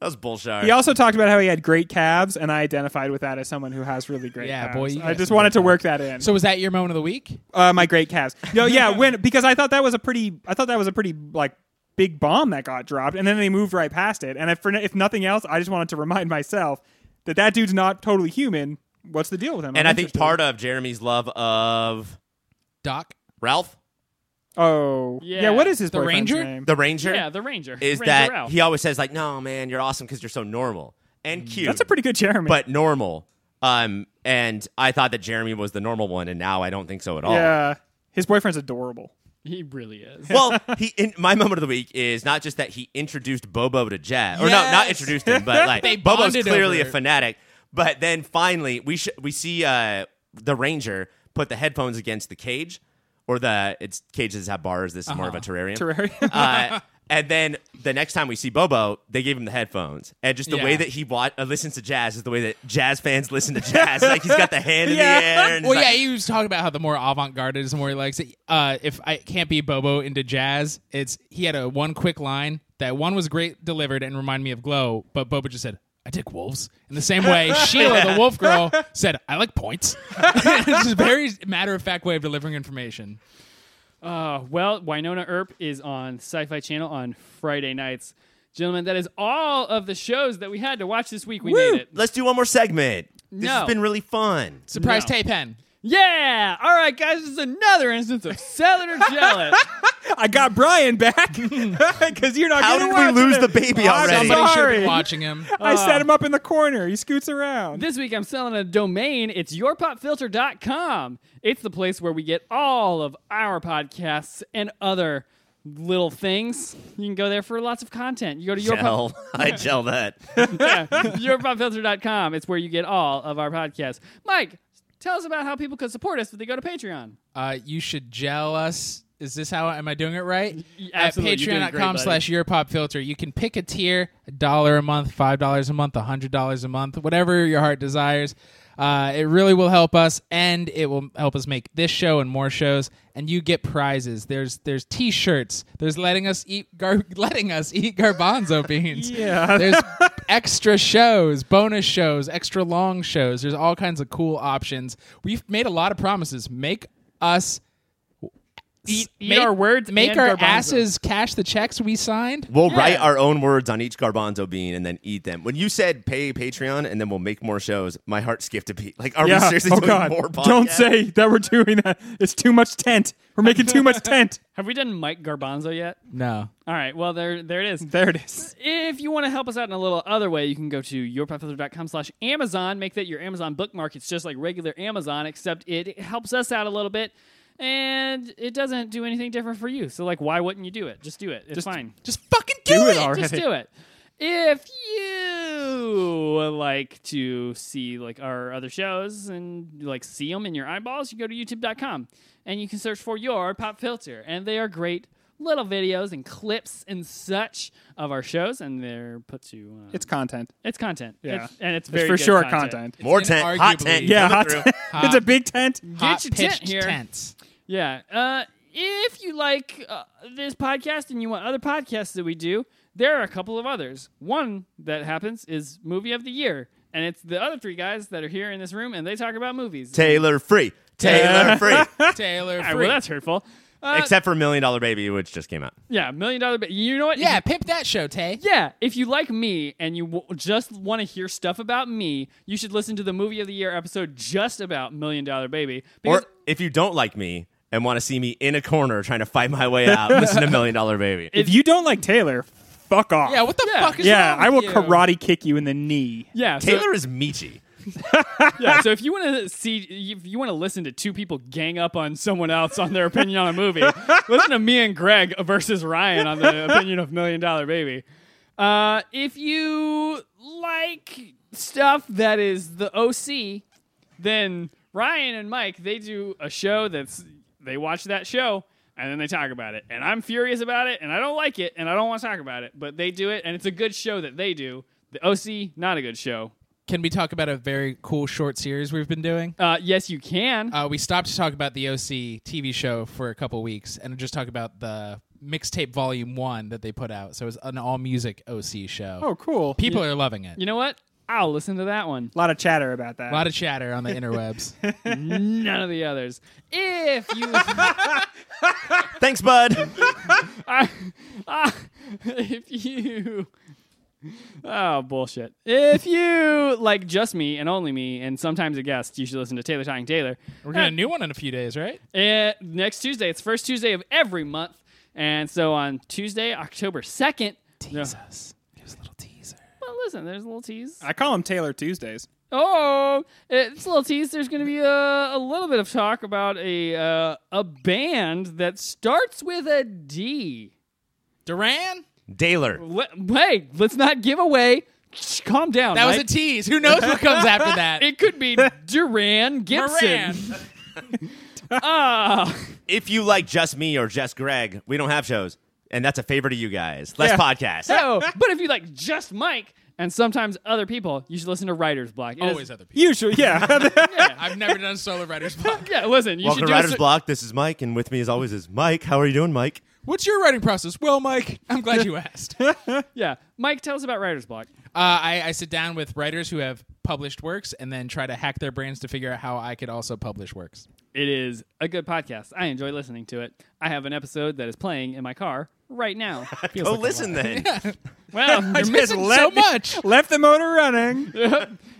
[SPEAKER 4] That was bullshit.
[SPEAKER 3] He also talked about how he had great calves, and I identified with that as someone who has really great
[SPEAKER 2] Yeah,
[SPEAKER 3] calves.
[SPEAKER 2] boy, you
[SPEAKER 3] I
[SPEAKER 2] got
[SPEAKER 3] just
[SPEAKER 2] some
[SPEAKER 3] wanted
[SPEAKER 2] great
[SPEAKER 3] to work that in.
[SPEAKER 2] So was that your moment of the week?
[SPEAKER 3] uh, my great calves. No, yeah, when because I thought that was a pretty, I thought that was a pretty like big bomb that got dropped, and then they moved right past it. And if for if nothing else, I just wanted to remind myself that that dude's not totally human. what's the deal with him?
[SPEAKER 4] And
[SPEAKER 3] I'm
[SPEAKER 4] I think
[SPEAKER 3] interested.
[SPEAKER 4] part of Jeremy's love of
[SPEAKER 2] Doc.
[SPEAKER 4] Ralph,
[SPEAKER 3] Oh, yeah.
[SPEAKER 1] Yeah.
[SPEAKER 3] What is his
[SPEAKER 2] The
[SPEAKER 3] boyfriend's
[SPEAKER 2] Ranger?
[SPEAKER 3] name?
[SPEAKER 4] the Ranger,
[SPEAKER 1] Yeah, the Ranger
[SPEAKER 4] is
[SPEAKER 1] Ranger
[SPEAKER 4] that
[SPEAKER 1] Ralph. Mm.
[SPEAKER 4] he always says like, "No, man, you're awesome because you're so normal and cute."
[SPEAKER 3] That's a pretty good Jeremy.
[SPEAKER 4] but normal. Um, and I thought that Jeremy was the normal one, and now I don't think so at all.
[SPEAKER 3] yeah, his boyfriend's adorable.
[SPEAKER 1] he really is.
[SPEAKER 4] well, he in, my moment of the week is not just that he introduced Bobo to Jet, or no, not
[SPEAKER 2] Yes.
[SPEAKER 4] introduced him, but like
[SPEAKER 2] They
[SPEAKER 4] Bobo's
[SPEAKER 2] bonded
[SPEAKER 4] clearly a
[SPEAKER 2] over it.
[SPEAKER 4] fanatic. But then finally, we sh- we see uh, the ranger put the headphones against the cage, or the it's cages have bars. This is more of
[SPEAKER 2] Uh-huh.
[SPEAKER 4] a terrarium.
[SPEAKER 3] Terraria.
[SPEAKER 4] uh, and then the next time we see Bobo, they gave him the headphones, and just the
[SPEAKER 2] Yeah.
[SPEAKER 4] way that he wa- uh, listens to jazz is the way that jazz fans listen to jazz. like he's got the hand in
[SPEAKER 3] Yeah.
[SPEAKER 4] the air. And he's
[SPEAKER 2] Well,
[SPEAKER 4] like-
[SPEAKER 2] yeah, he was talking about how the more avant-garde it is, the more he likes it. Uh, if I can't be Bobo into jazz, it's he had a one quick line that one was great delivered and reminded me of Glow, but Bobo just said, "I dig wolves." In the same way, Sheila, the wolf girl, said, "I like points." it's a very matter-of-fact way of delivering information.
[SPEAKER 1] Uh, well, Winona Earp is on Sci-Fi Channel on Friday nights. Gentlemen, that is all of the shows that we had to watch this week. We
[SPEAKER 4] Woo!
[SPEAKER 1] made it.
[SPEAKER 4] Let's do one more segment. This
[SPEAKER 1] No.
[SPEAKER 4] has been really fun.
[SPEAKER 2] Surprise,
[SPEAKER 1] No.
[SPEAKER 2] Tay Pen.
[SPEAKER 1] Yeah. All right, guys. This is another instance of Cellular Jealous.
[SPEAKER 3] I got Brian back because you're not.
[SPEAKER 4] How
[SPEAKER 3] gonna
[SPEAKER 4] did we
[SPEAKER 3] watch
[SPEAKER 4] lose
[SPEAKER 3] him.
[SPEAKER 4] the baby already?
[SPEAKER 3] I'm
[SPEAKER 2] Somebody should have
[SPEAKER 3] sorry.
[SPEAKER 2] been watching him.
[SPEAKER 3] I set him up in the corner. He scoots around.
[SPEAKER 1] This week I'm selling a domain. It's yourpopfilter.com. It's the place where we get all of our podcasts and other little things. You can go there for lots of content. You go to your pop-
[SPEAKER 4] Gel. I gel that.
[SPEAKER 1] yeah, yourpopfilter.com. It's where you get all of our podcasts. Mike, tell us about how people could support us if they go to Patreon.
[SPEAKER 2] Uh, you should gel us. Is this how am I doing it right? At
[SPEAKER 1] absolutely, you're doing great,
[SPEAKER 2] patreon.com
[SPEAKER 1] buddy.
[SPEAKER 2] slash your pop filter. You can pick a tier, a dollar a month, five dollars a month, a hundred dollars a month, whatever your heart desires. Uh, it really will help us and it will help us make this show and more shows and you get prizes. There's there's t shirts, there's letting us eat gar- letting us eat garbanzo beans.
[SPEAKER 3] Yeah.
[SPEAKER 2] There's extra shows, bonus shows, extra long shows. There's all kinds of cool options. We've made a lot of promises. Make us
[SPEAKER 1] Eat- eat
[SPEAKER 2] make-
[SPEAKER 1] our words
[SPEAKER 2] make
[SPEAKER 1] and
[SPEAKER 2] our
[SPEAKER 1] garbanzo.
[SPEAKER 2] asses cash the checks we signed.
[SPEAKER 4] We'll
[SPEAKER 1] Yeah.
[SPEAKER 4] write our own words on each garbanzo bean and then eat them. When you said pay Patreon and then we'll make more shows, my heart skipped a beat. Like, are we
[SPEAKER 3] yeah.
[SPEAKER 4] seriously
[SPEAKER 3] oh
[SPEAKER 4] doing
[SPEAKER 3] God.
[SPEAKER 4] more podcasts?
[SPEAKER 3] Don't say that we're doing that. It's too much tent. We're making too much tent.
[SPEAKER 1] Have we done Mike Garbanzo yet?
[SPEAKER 2] No.
[SPEAKER 1] All right. Well, there, there it is.
[SPEAKER 3] There it is.
[SPEAKER 1] If you want to help us out in a little other way, you can go to yourpopfilter.com slash Amazon. Make that your Amazon bookmark. It's just like regular Amazon, except it helps us out a little bit and it doesn't do anything different for you. So, like, why wouldn't you do it? Just do it. It's fine.
[SPEAKER 2] Just fucking do, it.
[SPEAKER 1] Just do it. If you would like to see like our other shows and like see them in your eyeballs, you go to youtube.com and you can search for your pop filter and they are great little videos and clips and such of our shows and they're put to uh,
[SPEAKER 3] It's content.
[SPEAKER 1] it's content.
[SPEAKER 3] Yeah.
[SPEAKER 1] It's- and it's
[SPEAKER 3] It's
[SPEAKER 1] very
[SPEAKER 3] for
[SPEAKER 1] good
[SPEAKER 3] sure
[SPEAKER 1] content.
[SPEAKER 3] content.
[SPEAKER 4] More
[SPEAKER 2] It's
[SPEAKER 4] tent. Hot
[SPEAKER 2] inarguably-
[SPEAKER 4] tent.
[SPEAKER 3] Yeah,
[SPEAKER 4] coming
[SPEAKER 3] hot
[SPEAKER 4] through.
[SPEAKER 3] tent. it's a big tent.
[SPEAKER 2] Hot
[SPEAKER 1] Get your tent
[SPEAKER 2] pitched
[SPEAKER 1] here.
[SPEAKER 2] tents.
[SPEAKER 1] Yeah. Uh, if you like uh, this podcast and you want other podcasts that we do, there are a couple of others. One that happens is Movie of the Year, and it's the other three guys that are here in this room, and they talk about movies.
[SPEAKER 4] Taylor free. Taylor free.
[SPEAKER 2] Taylor
[SPEAKER 1] All right,
[SPEAKER 2] free.
[SPEAKER 1] well, that's hurtful. Uh,
[SPEAKER 4] Except for Million Dollar Baby, which just came out.
[SPEAKER 1] yeah, Million Dollar Baby. You know what? If
[SPEAKER 2] yeah, pip that show, Tay.
[SPEAKER 1] Yeah, if you like me and you w- just want to hear stuff about me, you should listen to the movie of the year episode just about Million Dollar Baby. Because
[SPEAKER 4] Or if you don't like me and want to see me in a corner trying to fight my way out, listen to Million Dollar Baby.
[SPEAKER 3] If you don't like Taylor, fuck off.
[SPEAKER 2] Yeah, what the
[SPEAKER 1] Yeah.
[SPEAKER 2] fuck is
[SPEAKER 3] Yeah,
[SPEAKER 2] wrong
[SPEAKER 3] I will
[SPEAKER 2] with you?
[SPEAKER 3] karate kick you in the knee.
[SPEAKER 1] yeah, so-
[SPEAKER 4] Taylor is Michi.
[SPEAKER 1] yeah, so if you want to see, if you want to listen to two people gang up on someone else on their opinion on a movie, listen to me and Greg versus Ryan on the opinion of Million Dollar Baby. Uh, if you like stuff that is the OC, then Ryan and Mike they do a show that's they watch that show and then they talk about it, and I'm furious about it, and I don't like it, and I don't want to talk about it, but they do it, and it's a good show that they do. The OC, not a good show.
[SPEAKER 2] Can we talk about a very cool short series we've been doing?
[SPEAKER 1] Uh, yes, you can.
[SPEAKER 2] Uh, we stopped to talk about the OC TV show for a couple weeks and just talk about the mixtape volume one that they put out. So it was an all music OC show.
[SPEAKER 3] Oh, cool.
[SPEAKER 2] People are loving it.
[SPEAKER 1] You know what? I'll listen to that one.
[SPEAKER 3] A lot of chatter about that.
[SPEAKER 2] A lot of chatter on the interwebs.
[SPEAKER 1] None of the others. If you
[SPEAKER 4] Thanks, bud.
[SPEAKER 1] Ah, if you Oh, bullshit. If you like just me and only me, and sometimes a guest, you should listen to Taylor Tying Taylor.
[SPEAKER 2] We're getting a new one in a few days, right?
[SPEAKER 1] Uh, next Tuesday. It's first Tuesday of every month. And so on Tuesday, October 2nd.
[SPEAKER 2] Tease us. Give us a little teaser.
[SPEAKER 1] Well, listen, there's a little tease.
[SPEAKER 3] I call them Taylor Tuesdays.
[SPEAKER 1] Oh, it's a little tease. There's going to be a, a little bit of talk about a uh, a band that starts with a D.
[SPEAKER 2] Duran?
[SPEAKER 4] Daler.
[SPEAKER 1] Le- hey, let's not give away. Shh, Calm down.
[SPEAKER 2] That was a
[SPEAKER 1] Mike.
[SPEAKER 2] tease. Who knows what comes after that?
[SPEAKER 1] it could be Duran Gibson.
[SPEAKER 2] Duran.
[SPEAKER 1] Ah.
[SPEAKER 4] If you like just me or just Greg, we don't have shows, and that's a favor to you guys. Let's podcast.
[SPEAKER 1] So, but if you like just Mike and sometimes other people, you should listen to Writer's Block. It is-
[SPEAKER 2] Always other people.
[SPEAKER 3] Usually, yeah.
[SPEAKER 2] I've never done solo writer's block.
[SPEAKER 1] Yeah, listen. You
[SPEAKER 4] Welcome
[SPEAKER 1] should
[SPEAKER 4] to
[SPEAKER 1] do a
[SPEAKER 4] Writer's
[SPEAKER 1] cer-
[SPEAKER 4] Block. This is Mike, and with me as always is Mike. How are you doing, Mike?
[SPEAKER 2] What's your writing process? Well, Mike, I'm glad you asked.
[SPEAKER 1] Yeah, Mike, tell us about Writer's Block.
[SPEAKER 2] Uh, I, I sit down with writers who have published works and then try to hack their brains to figure out how I could also publish works.
[SPEAKER 1] It is a good podcast. I enjoy listening to it. I have an episode that is playing in my car right now. Feels
[SPEAKER 4] Oh,
[SPEAKER 1] like a
[SPEAKER 4] listen
[SPEAKER 1] lot.
[SPEAKER 4] then.
[SPEAKER 1] Well,
[SPEAKER 2] You're missing so much.
[SPEAKER 3] Left the motor running.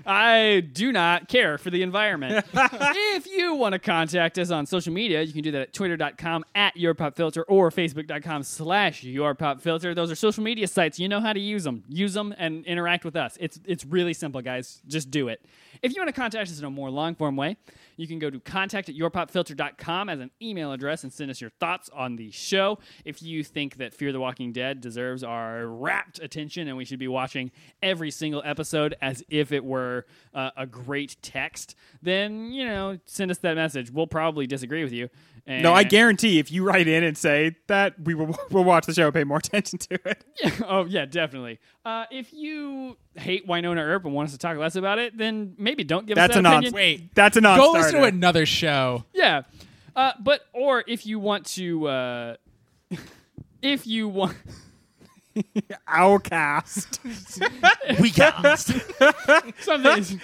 [SPEAKER 1] I do not care for the environment. if you want to contact us on social media, you can do that at twitter.com at yourpopfilter or facebook.com slash yourpopfilter. Those are social media sites. You know how to use them. Use them and interact with us. It's, it's really simple, guys. Just do it. If you want to contact us in a more long form way, you can go to contact at yourpopfilter.com as an email address and send us your thoughts on the show. If you think that Fear the Walking Dead deserves our rapt attention and we should be watching every single episode as if it were uh, a great text, then, you know, send us that message. We'll probably disagree with you. And
[SPEAKER 3] No, I guarantee if you write in and say that, we will we'll watch the show, pay more attention to it.
[SPEAKER 1] oh yeah, definitely. Uh, if you hate Winona Earp and want us to talk less about it, then maybe don't give
[SPEAKER 3] That's
[SPEAKER 1] us that
[SPEAKER 3] a non.
[SPEAKER 1] opinion.
[SPEAKER 2] Wait.
[SPEAKER 3] that's a non.
[SPEAKER 2] Go listen to another show.
[SPEAKER 1] Yeah. Uh, but or if you want to, uh, if you want,
[SPEAKER 3] Owlcast.
[SPEAKER 4] we cast.
[SPEAKER 1] something.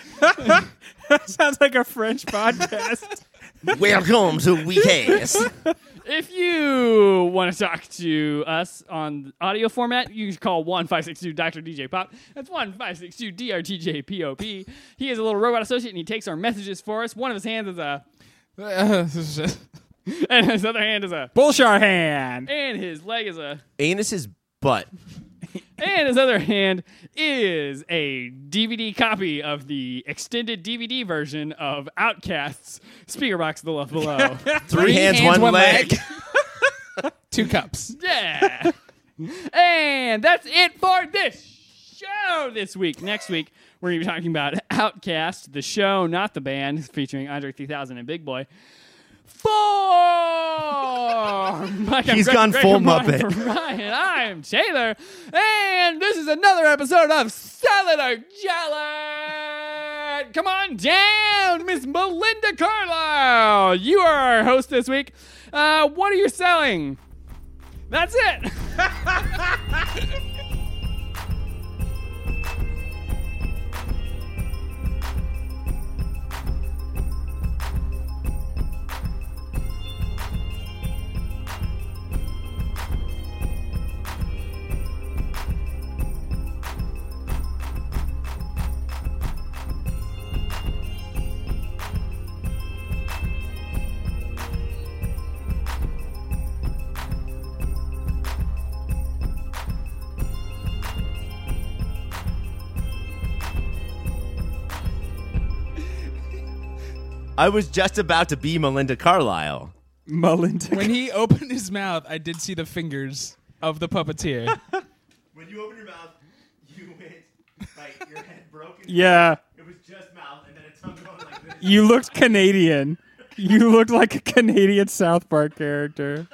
[SPEAKER 3] Sounds like a French podcast.
[SPEAKER 4] Welcome to We Cast.
[SPEAKER 1] if you want to talk to us on audio format, you can call one five six two Doctor DJ Pop. That's one five six two DRTJ POP. He is a little robot associate, and he takes our messages for us. One of his hands is a, and his other hand is a,
[SPEAKER 3] Bullsharhan.
[SPEAKER 1] and his leg is a.
[SPEAKER 4] Anus is butt.
[SPEAKER 1] And his other hand is a DVD copy of the extended DVD version of Outcasts Speakerbox The Love Below.
[SPEAKER 4] Three, hands, one, leg.
[SPEAKER 2] Two cups.
[SPEAKER 1] yeah. And that's it for this show this week. Next week, we're going to be talking about Outcast, the show, not the band, featuring Andre 3000 and Big Boy. For Mike, I'm
[SPEAKER 4] He's
[SPEAKER 1] Greg-
[SPEAKER 4] gone
[SPEAKER 1] Greg
[SPEAKER 4] full
[SPEAKER 1] from Ryan
[SPEAKER 4] Muppet.
[SPEAKER 1] from Ryan, I'm Taylor, and this is another episode of Salad or Jallad. Come on down, Miss Melinda Carlisle. You are our host this week. Uh, what are you selling? That's it.
[SPEAKER 4] I was just about to be Melinda Carlisle.
[SPEAKER 3] Melinda.
[SPEAKER 2] When he opened his mouth, I did see the fingers of the puppeteer.
[SPEAKER 4] When you opened your mouth, you went like your head broken.
[SPEAKER 3] Yeah.
[SPEAKER 4] It was just mouth, and then a tongue going like this.
[SPEAKER 3] You looked Canadian. You looked like a Canadian South Park character.